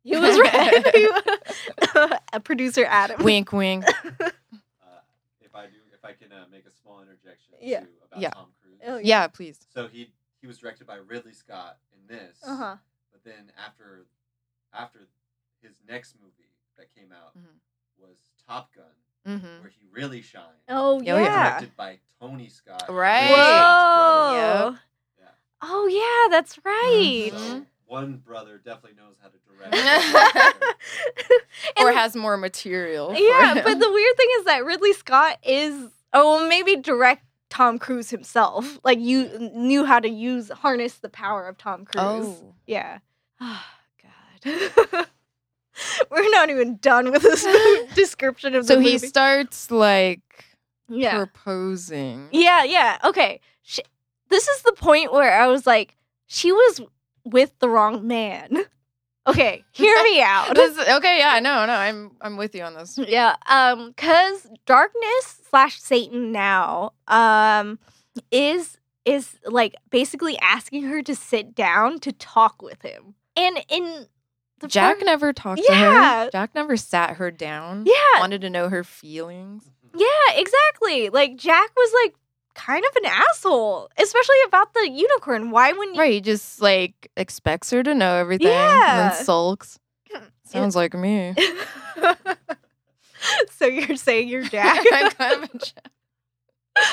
D: he was red.
B: (laughs) (laughs) He was
C: (laughs)
B: (laughs) right. Producer (laughs) Adam.
C: wink, wink.
D: Uh, if I do, if I can uh, make a small interjection
B: Yeah.
D: too about
C: Yeah.
D: Tom Cruise.
B: Oh,
C: Yeah, please.
D: So he he was directed by Ridley Scott in this,
B: Uh-huh.
D: but then after after his next movie that came out
B: Mm-hmm.
C: Mhm.
D: was Top Gun,
C: Mm-hmm.
D: where he really shined.
B: Oh
C: yeah.
B: yeah.
D: Directed by Tony Scott. Ridley
C: Right.
D: Scott's brother.
B: Whoa.
D: Yeah.
B: Oh yeah, that's right.
C: Mm-hmm.
D: So one brother definitely knows how to
B: (laughs)
D: direct.
C: Or
B: And-
C: has more material. for
B: yeah,
C: him.
B: but the weird thing is that Ridley Scott is oh well, maybe direct Tom Cruise himself. (laughs) Like you knew how to use harness the power of Tom Cruise.
C: oh,
B: Yeah. (sighs) Oh God. (laughs) We're not even done with this (laughs) description of
C: so
B: the
C: he
B: movie.
C: starts like
B: yeah.
C: proposing.
B: Yeah, yeah. Okay. Sh this is the point where I was like, she was with the wrong man. (laughs) Okay, hear me out.
C: This- okay, yeah, no, no, I'm I'm with you on this.
B: Yeah, um, cause darkness slash Satan now, um, is is like basically asking her to sit down to talk with him, and in the
C: Jack
B: fir-
C: never talked to
B: Yeah.
C: her. Jack never sat her down.
B: yeah,
C: Wanted to know her feelings.
B: Yeah, exactly. Like Jack was like kind of an asshole, especially about the unicorn. Why wouldn't you?
C: Right, he just like expects her to know everything and
B: Yeah.
C: then
B: (clears throat)
C: sulks. Sounds
B: (laughs)
C: like me.
B: (laughs)
C: (laughs)
B: so you're saying you're
C: (laughs)
B: Jack?
C: I'm kind of a Jack.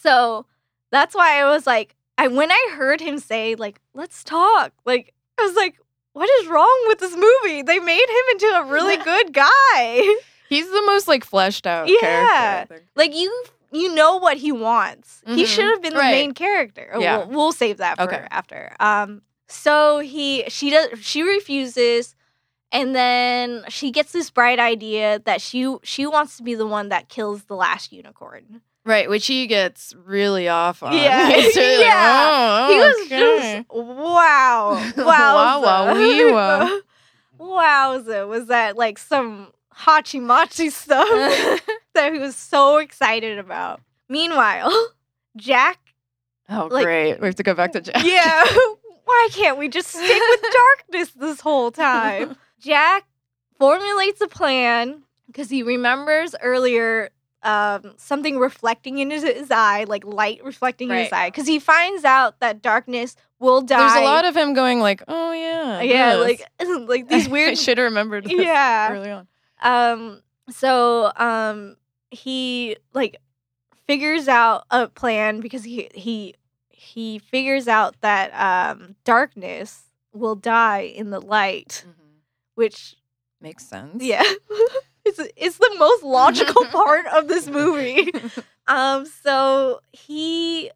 B: so that's why I was like, I when I heard him say like, "Let's talk," like I was like, "What is wrong with this movie? They made him into a
C: (laughs)
B: really good guy. (laughs)
C: He's the most like fleshed out
B: Yeah.
C: character. I think.
B: like you." You know what he wants. He
C: Mhm.
B: should have been the
C: Right.
B: main character. Oh,
C: Yeah.
B: we'll, we'll save that for
C: Okay.
B: after. Um, so he she does she refuses, and then she gets this bright idea that she she wants to be the one that kills the last unicorn.
C: Right, which he gets really off on. (laughs)
B: Yeah.
C: He's
B: (laughs)
C: really
B: Yeah.
C: Like, oh,
B: He was
C: okay.
B: just
C: (laughs)
B: wow, wow,
C: Wow, wow, wee, wow.
B: (laughs) wowza. Was that like some hachi machi
C: (laughs)
B: stuff that he was so excited about? Meanwhile,
C: (laughs)
B: Jack,
C: Oh,
B: like-
C: great. We have to go back to Jack. (laughs)
B: yeah, why can't we just stick with darkness this whole time? Jack formulates a plan because he remembers earlier um, something reflecting in his, his eye, like light reflecting in his
C: Right.
B: eye, because he finds out that darkness will die.
C: There's a lot of him going like, "Oh yeah,
B: yeah,
C: this.
B: like (laughs) like these
C: (laughs) I
B: weird
C: should have remembered this
B: yeah.
C: early on.
B: Um, so um, he like figures out a plan because he he he figures out that um, darkness will die in the light,
C: Mm.
B: which
C: Makes
B: Mm-hmm.
C: sense.
B: yeah, (laughs) it's it's the most logical part of this movie. Um, so he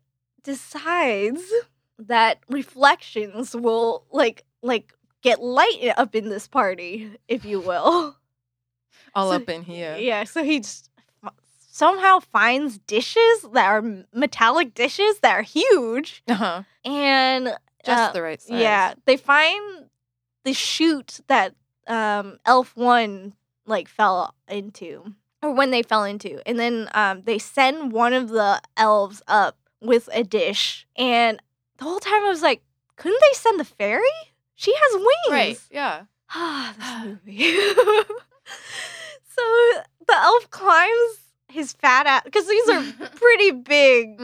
B: decides that reflections will like like get light up in this party, if you will.
C: (laughs) All
B: So-
C: up in here.
B: Yeah, so he just f- somehow finds dishes that are m- metallic dishes that are huge
C: Uh-huh.
B: and
C: Just
B: uh,
C: the right size.
B: yeah, they find the chute that um Elf 1 like fell into or when they fell into. And then um they send one of the elves up with a dish and the whole time I was like, couldn't they send the fairy? She has wings. (sighs)
C: Right. Yeah.
B: Ah, this movie. (laughs) so the elf climbs his fat ass because these are pretty big,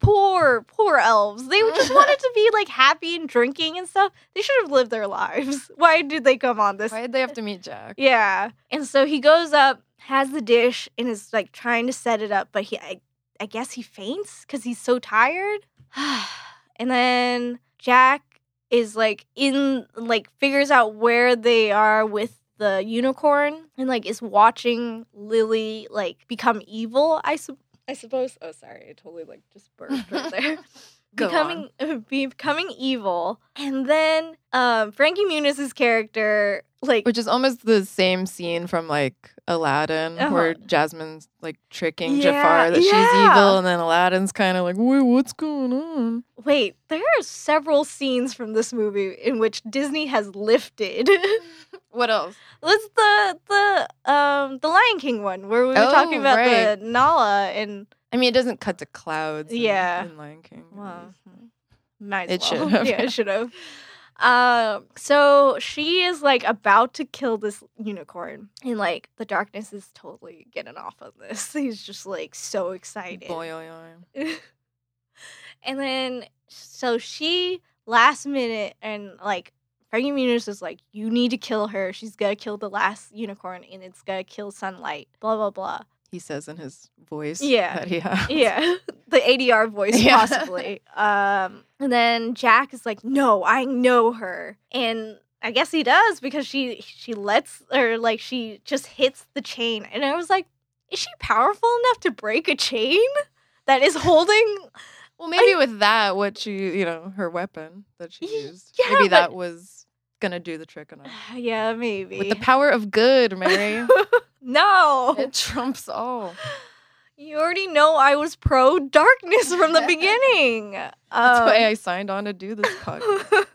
B: poor, poor elves. They just wanted to be like happy and drinking and stuff. They should have lived their lives. Why did they come on this?
C: Why did they have to meet Jack?
B: Yeah. And so he goes up, has the dish, and is like trying to set it up, but he, I, I guess he faints because he's so tired. (sighs) and then Jack is like in, like figures out where they are with the unicorn and like is watching Lily like become evil. I sup I suppose. Oh, sorry, I totally like just burped right there
C: Go
B: becoming (laughs) becoming evil, and then um, Frankie Muniz's character like
C: Which is almost the same scene from like Aladdin, where Jasmine's like tricking
B: Uh-huh. Yeah,
C: Jafar that she's
B: yeah.
C: evil, and then Aladdin's kind of like, "Wait, what's going on?"
B: Wait, there are several scenes from this movie in which Disney has lifted. (laughs)
C: What else?
B: What's the the um the Lion King one where we were talking
C: Oh,
B: about
C: right.
B: the Nala and
C: I mean, it doesn't cut to clouds. in-
B: Yeah.
C: in Lion King. at
B: well,
C: least.
B: mm, might as
C: It
B: well.
C: should have.
B: (laughs) Yeah, it should have. Um, so she is like about to kill this unicorn, and like the darkness is totally getting off on this. (laughs) He's just like so excited.
C: Boy, oy, oy.
B: and then so she last minute and like Frankie Muniz was like, "You need to kill her. She's gonna kill the last unicorn, and it's gonna kill sunlight." Blah blah blah. (laughs)
C: He says in his voice.
B: Yeah.
C: That he has.
B: Yeah, the
C: (laughs)
B: ADR voice
C: Yeah.
B: possibly. Um, and then Jack is like, "No, I know her," and I guess he does because she she lets or like she just hits the chain, and I was like, "Is she powerful enough to break a chain that is holding (sighs)
C: Well, maybe with that, what she, you know, her weapon that she
B: Y-
C: used.
B: yeah,
C: maybe
B: but-
C: that was gonna do the trick on her.
B: yeah, maybe.
C: With the power of good,
B: (laughs)
C: Mary,
B: no,
C: it trumps all.
B: you already know I was pro darkness from
C: (laughs)
B: the beginning.
C: That's
B: Um,
C: why I signed on to
B: (laughs)
C: do this podcast.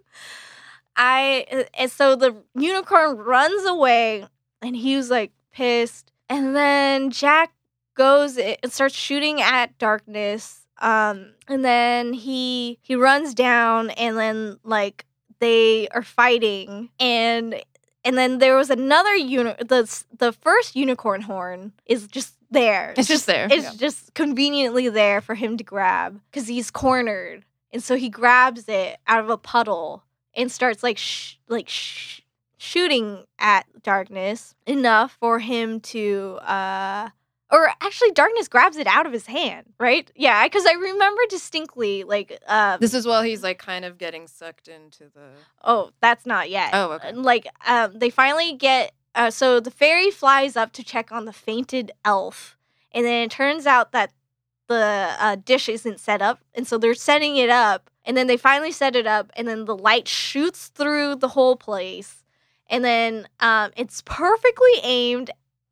B: I and so the unicorn runs away, and he was like pissed. And then Jack goes and starts shooting at darkness. Um, and then he he runs down, and then like they are fighting, and and then there was another uni. The the first unicorn horn is just there.
C: It's just there.
B: It's
C: yeah.
B: just conveniently there for him to grab because he's cornered, and so he grabs it out of a puddle and starts like sh- like sh- shooting at darkness enough for him to uh or actually darkness grabs it out of his hand right yeah because i remember distinctly like uh
C: This is while he's like kind of getting sucked into the.
B: oh that's not yet
C: Oh, okay.
B: like um they finally get uh, so the fairy flies up to check on the fainted elf and then it turns out that the uh, dish isn't set up and so they're setting it up and then they finally set it up and then the light shoots through the whole place and then um, it's perfectly aimed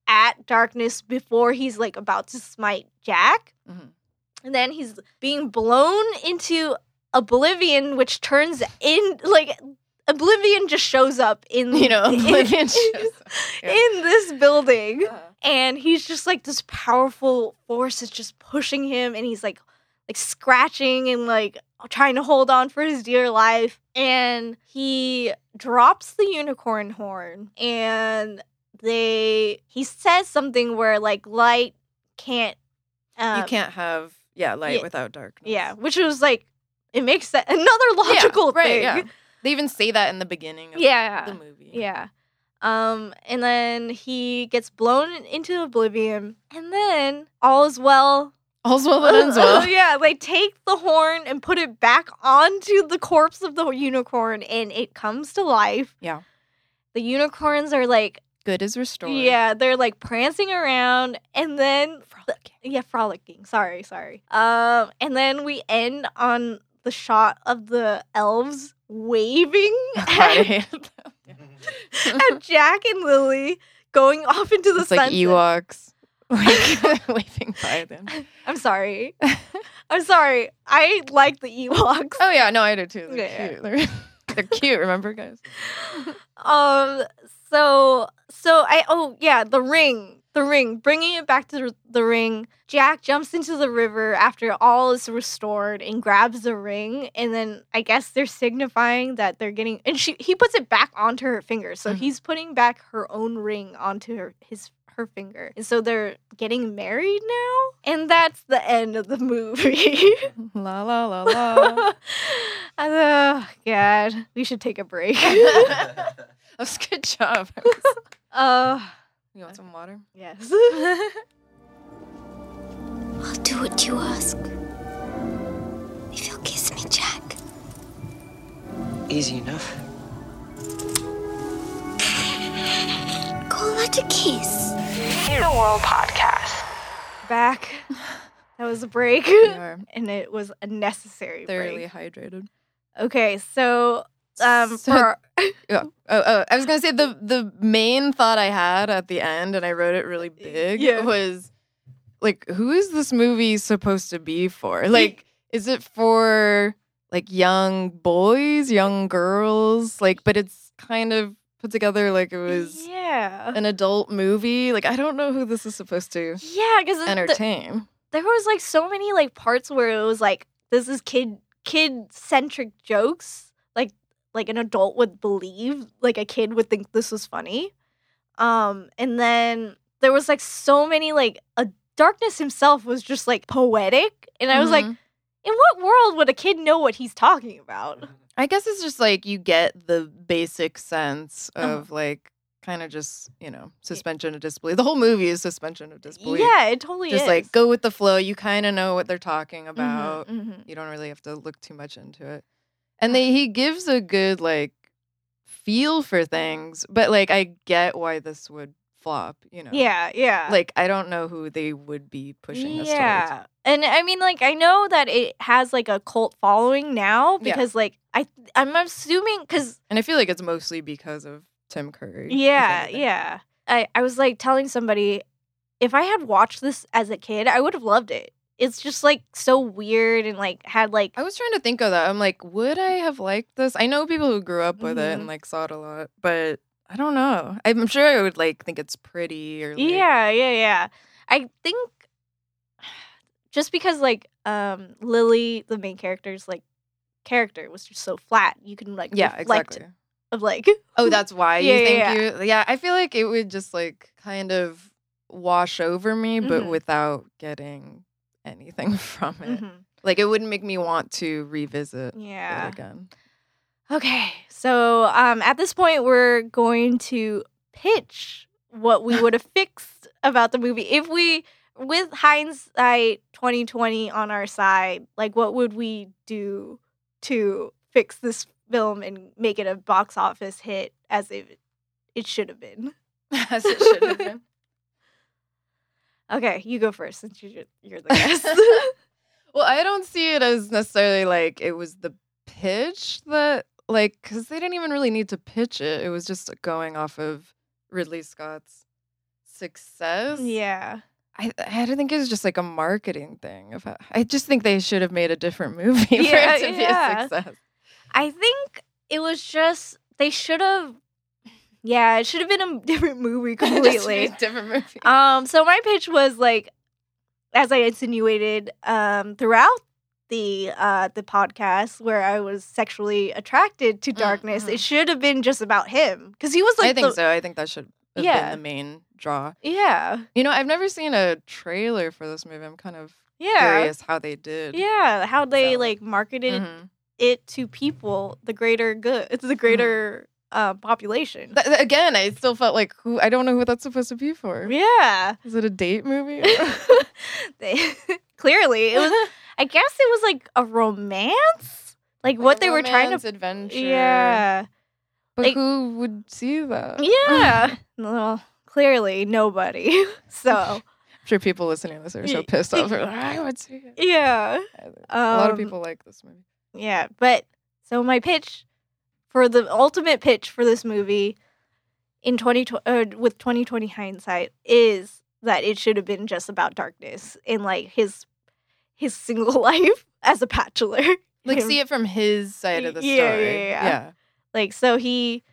B: at darkness before he's like about to smite jack
C: Mhm.
B: and then he's being blown into oblivion which turns in like oblivion just shows up in
C: (laughs) You know,
B: (laughs) in- (laughs)
C: Oblivion shows up, yeah.
B: in this building
C: Uh-huh.
B: and he's just like this powerful force is just pushing him and he's like like scratching and like trying to hold on for his dear life and he drops the unicorn horn and they he says something where like light can't um,
C: you can't have yeah light
B: yeah.
C: without darkness.
B: yeah which was like it makes that (laughs) another logical
C: right,
B: thing
C: yeah. They even say that in the beginning
B: (laughs)
C: of
B: Yeah.
C: the movie.
B: Yeah. Um, and then he gets blown into oblivion, and then all is well
C: All's well that ends
B: Oh, (laughs)
C: well.
B: yeah, like take the horn and put it back onto the corpse of the unicorn, and it comes to life.
C: Yeah.
B: The unicorns are like,
C: Good is restored. (laughs)
B: yeah, they're like prancing around, and then frolicking. Yeah, frolicking. Sorry, sorry. Um, and then we end on the shot of the elves
C: (laughs)
B: waving at, (laughs)
C: Okay.
B: at Jack and Lily going off into the
C: it's like
B: sunset. (laughs)
C: Ewoks like (laughs) waving by them.
B: I'm sorry. I'm sorry. I like the Ewoks.
C: Oh yeah, no, I do too. They're
B: Yeah.
C: cute. They're, (laughs) they're cute.
B: (laughs)
C: Remember, guys?
B: Um. So so I oh yeah the ring the ring bringing it back to the ring. Jack jumps into the river after all is restored and grabs the ring and then I guess they're signifying that they're getting and she he puts it back onto her finger so
C: Mhm.
B: he's putting back her own ring onto her his her finger and so they're getting married now and that's the end of the (laughs) movie. (laughs)
C: La la la (laughs) la.
B: And, oh god, we should take a break. (laughs)
C: that was a good job. (laughs)
B: Uh (laughs)
C: You want some water?
B: Yes.
E: I'll do what you ask. If you'll kiss me, Jack.
F: Easy enough.
E: Call that a kiss.
A: In the World Podcast.
B: Back. That was a
C: (laughs)
B: break.
C: You are
B: And it was a necessary
C: thoroughly
B: break.
C: hydrated.
B: Okay, so um
C: So-
B: for our-
C: Yeah. Oh, oh, I was gonna say the the main thought I had at the end, and I wrote it really big.
B: Yeah.
C: Was like, who is this movie supposed to be for? Like, is it for like young boys, young girls? Like, but it's kind of put together like it was
B: Yeah.
C: an adult movie. Like, I don't know who this is supposed to
B: Yeah, because
C: entertain.
B: there was like so many like parts where it was like this is kid kid centric jokes. Like like an adult would believe, like a kid would think this was funny. Um and then there was like so many like a darkness himself was just like poetic and I was like
C: Mhm.
B: in what world would a kid know what he's talking about?
C: I guess it's just like you get the basic sense
B: Uh-huh.
C: of like kind of just you know suspension of disbelief. The whole movie is suspension of disbelief.
B: Yeah, it totally
C: just
B: is.
C: like go with the flow. You kind of know what they're talking
B: Mhm,
C: about.
B: mhm.
C: You don't really have to look too much into it. And they, he gives a good like feel for things, but like I get why this would flop. You know,
B: Yeah, yeah.
C: Like I don't know who they would be pushing this towards.
B: yeah. And I mean, like, I know that it has like a cult following now
C: Yeah.
B: because, like, I I'm assuming because
C: And I feel like it's mostly because of Tim Curry. if
B: yeah,
C: anything.
B: yeah. I I was like telling somebody if I had watched this as a kid, I would have loved it. It's just like so weird and like had like
C: I was trying to think of that. I'm like, would I have liked this? I know people who grew up with it
B: Mhm.
C: and like saw it a lot, but I don't know. I'm sure I would like think it's pretty or like,
B: Yeah, yeah, yeah. I think (sighs) just because like um Lily, the main character's like character was just so flat, you can like
C: yeah,
B: reflect
C: exactly.
B: of like
C: Oh, (laughs) that's why you
B: Yeah, yeah,
C: think
B: yeah.
C: you. Yeah, I feel like it would just like kind of wash over me, but
B: Mhm.
C: without getting anything (laughs) from it.
B: Mhm.
C: Like it wouldn't make me want to revisit
B: yeah.
C: it again.
B: Okay. So um at this point we're going to pitch what we (laughs) would have fixed about the movie if we with hindsight 2020 on our side, like what would we do to fix this film and make it a box office hit as it it should have been?
C: (laughs) As it should have been.
B: Okay, you go first since you're you're the guest.
C: (laughs) Well, I don't see it as necessarily like it was the pitch that like because they didn't even really need to pitch it. It was just going off of Ridley Scott's
B: (laughs)
C: success.
B: yeah.
C: I I don't think it was just like a marketing thing. Of how, I just think they should have made a different movie (laughs)
B: Yeah,
C: for it
B: yeah.
C: to be a success. (laughs)
B: I think it was just they should have yeah, it should have been a (laughs) different movie
C: Just made
B: completely.
C: a different movie.
B: Um, so my pitch was like, as I insinuated um, throughout the uh, the podcast, where I was sexually attracted to darkness.
C: mhm.
B: It should have been just about him because he was like,
C: I think
B: the-
C: so. I think that should have
B: Yeah.
C: been the main draw.
B: yeah,
C: You know, I've never seen a trailer for this movie. I'm kind of
B: yeah,
C: curious how they did.
B: yeah. How they
C: So-
B: like marketed
C: Mhm.
B: (laughs)
C: Mm-hmm.
B: it to people, the greater good, it's the greater uh, population.
C: Th- th- again, I still felt like who I don't know who that's supposed to be for.
B: yeah.
C: Is it a date
B: (laughs)
C: movie?
B: They- (laughs) clearly, it
C: (laughs)
B: was. I guess it was like a romance, like what they were trying
C: Romance
B: to.
C: adventure.
B: Yeah.
C: but
B: like-
C: who would see
B: (laughs)
C: that? (laughs)
B: Yeah. well, clearly nobody. (laughs)
C: (laughs)
B: so
C: I'm sure people listening to this are so
B: Y-
C: pissed off. They're like, I would see it.
B: yeah.
C: Um,
B: Um,
C: a lot of people like this movie.
B: Yeah, but so my pitch for the ultimate pitch for this movie in 2020 uh, with 2020 hindsight is that it should have been just about darkness and like his his single (laughs) life as a bachelor.
C: Like
B: Him-
C: see it from his side of the
B: Yeah, yeah,
C: story.
B: yeah. Like so he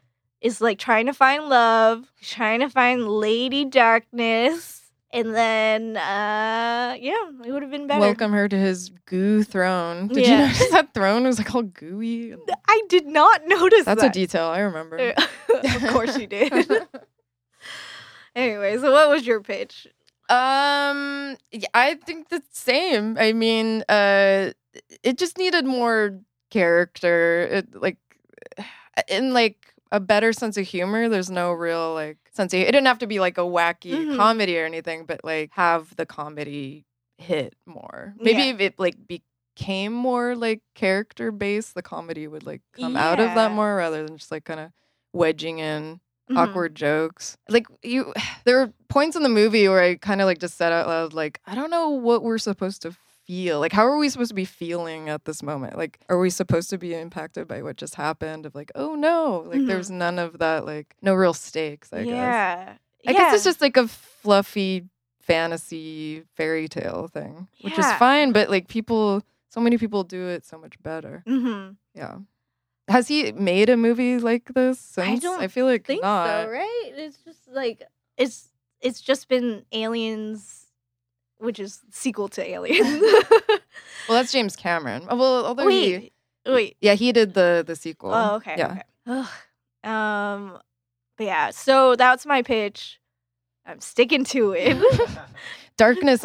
B: is like trying to find love, trying to find Lady Darkness, and then uh yeah, it would have been better.
C: Welcome her to his goo throne. Did
B: Yeah.
C: you notice that throne was like all gooey? and-
B: I did not (laughs) notice
C: That's a
B: that. Uh,
C: detail I remember.
B: of course you
C: (laughs)
B: did. (laughs) anyway, so what was your pitch?
C: Um, y- I think the same. I mean, uh, it just needed more character. It like (sighs) in like a better sense of humor. There's no real like sense of. It didn't have to be like a wacky
B: Mhm.
C: comedy or anything, but like have the comedy hit more. Maybe
B: Yeah.
C: if it like became more like character based, the comedy would like come out of that
B: Yeah.
C: more rather than just like kind of wedging in
B: Mhm.
C: awkward jokes. Like you (sighs) there were points in the movie where I kind of like just said out loud like I don't know what we're supposed to feel. Like how are we supposed to be feeling at this moment? Like are we supposed to be impacted by what just happened of like oh no, like
B: Mhm.
C: there's none of that like no real stakes, I guess.
B: yeah.
C: I guess it's just like a fluffy fantasy fairy tale thing, which is
B: Yeah.
C: fine, but like people so many people do it so much better.
B: hmm
C: Yeah. Has he made a movie like this since?
B: I don't
C: feel like
B: think
C: not.
B: so, right? It's just like it's it's just been Aliens, which is sequel to Aliens.
C: Well, that's James Cameron. Uh, Well, (laughs) although
B: wait,
C: he,
B: wait.
C: yeah, he did the the sequel.
B: Oh, okay.
C: Yeah,
B: okay. Ugh. Um, but yeah. So that's my pitch. I'm sticking to
D: (laughs)
B: (laughs)
C: (laughs)
B: it.
C: Darkness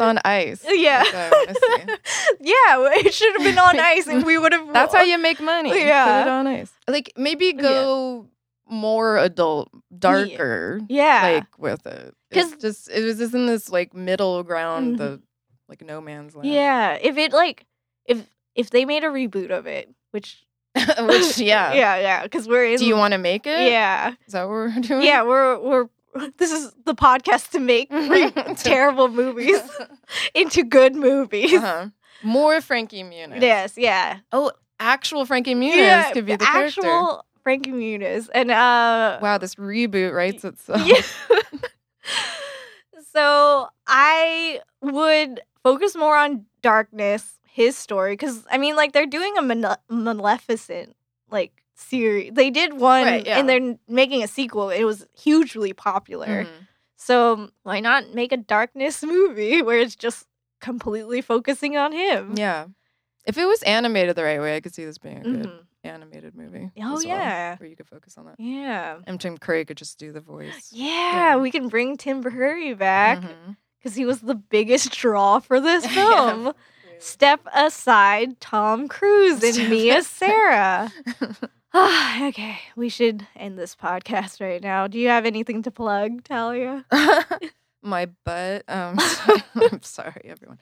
B: (laughs)
C: on Ice.
B: yeah.
C: That's what I wanna
B: (laughs)
C: see.
B: yeah. It should have been on ice,
C: (laughs)
B: and we would have.
C: That's how you make money.
B: Yeah.
C: put it on ice. Like maybe go more adult, darker,
B: (laughs) Yeah.
C: like with it. It's
B: 'Cause- Mm-hmm.
C: just it was just in this like middle ground, the like no man's land.
B: Yeah, if it like if if they made a reboot of it, which (laughs)
C: (laughs) which yeah.
B: yeah, yeah, because we're in.
C: Do you want to make it?
B: Yeah,
C: is that what we're (laughs) doing?
B: yeah, we're we're. (laughs) This is the podcast to
C: (laughs)
B: make re- terrible movies into good movies.
C: Uh-huh. More Frankie
B: (laughs)
C: Muniz.
B: Yes, yeah,
C: actual Frankie Muniz
B: yeah.
C: could be the
B: actual
C: character.
B: Frankie Muniz, and uh,
C: Wow, this reboot writes
B: (laughs)
C: itself. (laughs)
B: yeah. so I would focus more on darkness, his story, because I mean, like they're doing a Male- Maleficent like series. They did one,
C: Right, yeah.
B: and they're n- making a sequel. It was hugely popular.
C: Mhm.
B: So um, why not make a darkness movie (laughs) where it's just completely focusing on him?
C: Yeah. If it was animated the right way, I could see this being a good
B: Mhm.
C: animated movie.
B: Oh,
C: as well,
B: yeah.
C: where you could focus on that.
B: Yeah.
C: And Tim Curry could just do the voice.
B: Yeah, we can bring Tim Curry back
C: Mhm.
B: because he was the biggest draw for this
C: (laughs) Yeah.
B: film. Step aside Tom Cruise
C: Step
B: and Mia
C: aside. (laughs)
B: Sarah. (sighs) okay, we should end this podcast right now. Do you have anything to plug, Talia?
C: Oh, My butt. Um, (laughs) I'm sorry, everyone.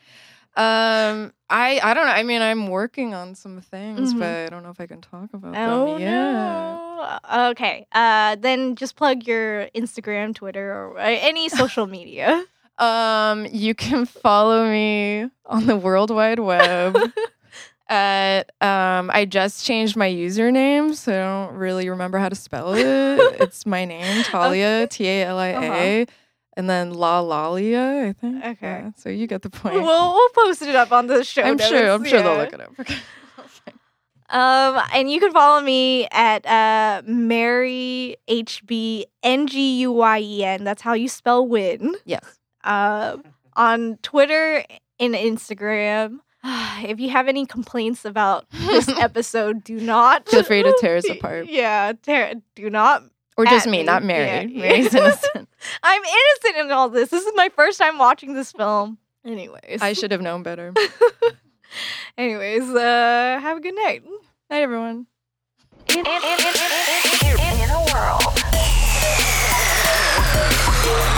C: Um, I I don't know. I mean, I'm working on some things,
B: Mhm.
C: but I don't know if I can talk about
B: Oh,
C: them. Yeah.
B: no. Okay, uh, then just plug your Instagram, Twitter, or uh, any social
C: (laughs)
B: media.
C: Um, you can follow me on the World Wide
B: (laughs)
C: Web. at um, I just changed my username, so I don't really remember how to
B: (laughs)
C: spell it. it's my name, Talia, T A L I A, and then La Lalia, I think.
B: Uh-huh. Okay.
C: Yeah, so
B: (laughs)
C: you get the point.
B: We'll, we'll post it up on the show.
C: I'm sure. I'm
B: notes,
C: sure
B: yeah.
C: they'll look it up.
B: (laughs)
C: Okay.
B: Um, and you can follow me at uh, Mary H B N G U Y E N. That's how you spell win.
C: yes.
B: uh,
C: (laughs)
B: on Twitter and Instagram. (sighs) If you have any complaints about
C: (laughs)
B: this episode, do not
C: Feel free to
B: (laughs)
C: tear us apart,
B: Yeah, tear, do not.
C: or just
B: At
C: me,
B: me.
C: not
B: Yeah,
C: Mary.
B: yeah.
C: Mary's
B: (laughs)
C: innocent.
B: I'm innocent in all this. This is my first time watching this film. Anyways,
C: I should have known better.
B: anyways, uh, have a good night.
C: Night, everyone.
A: In, in, in, in, in, in, in a world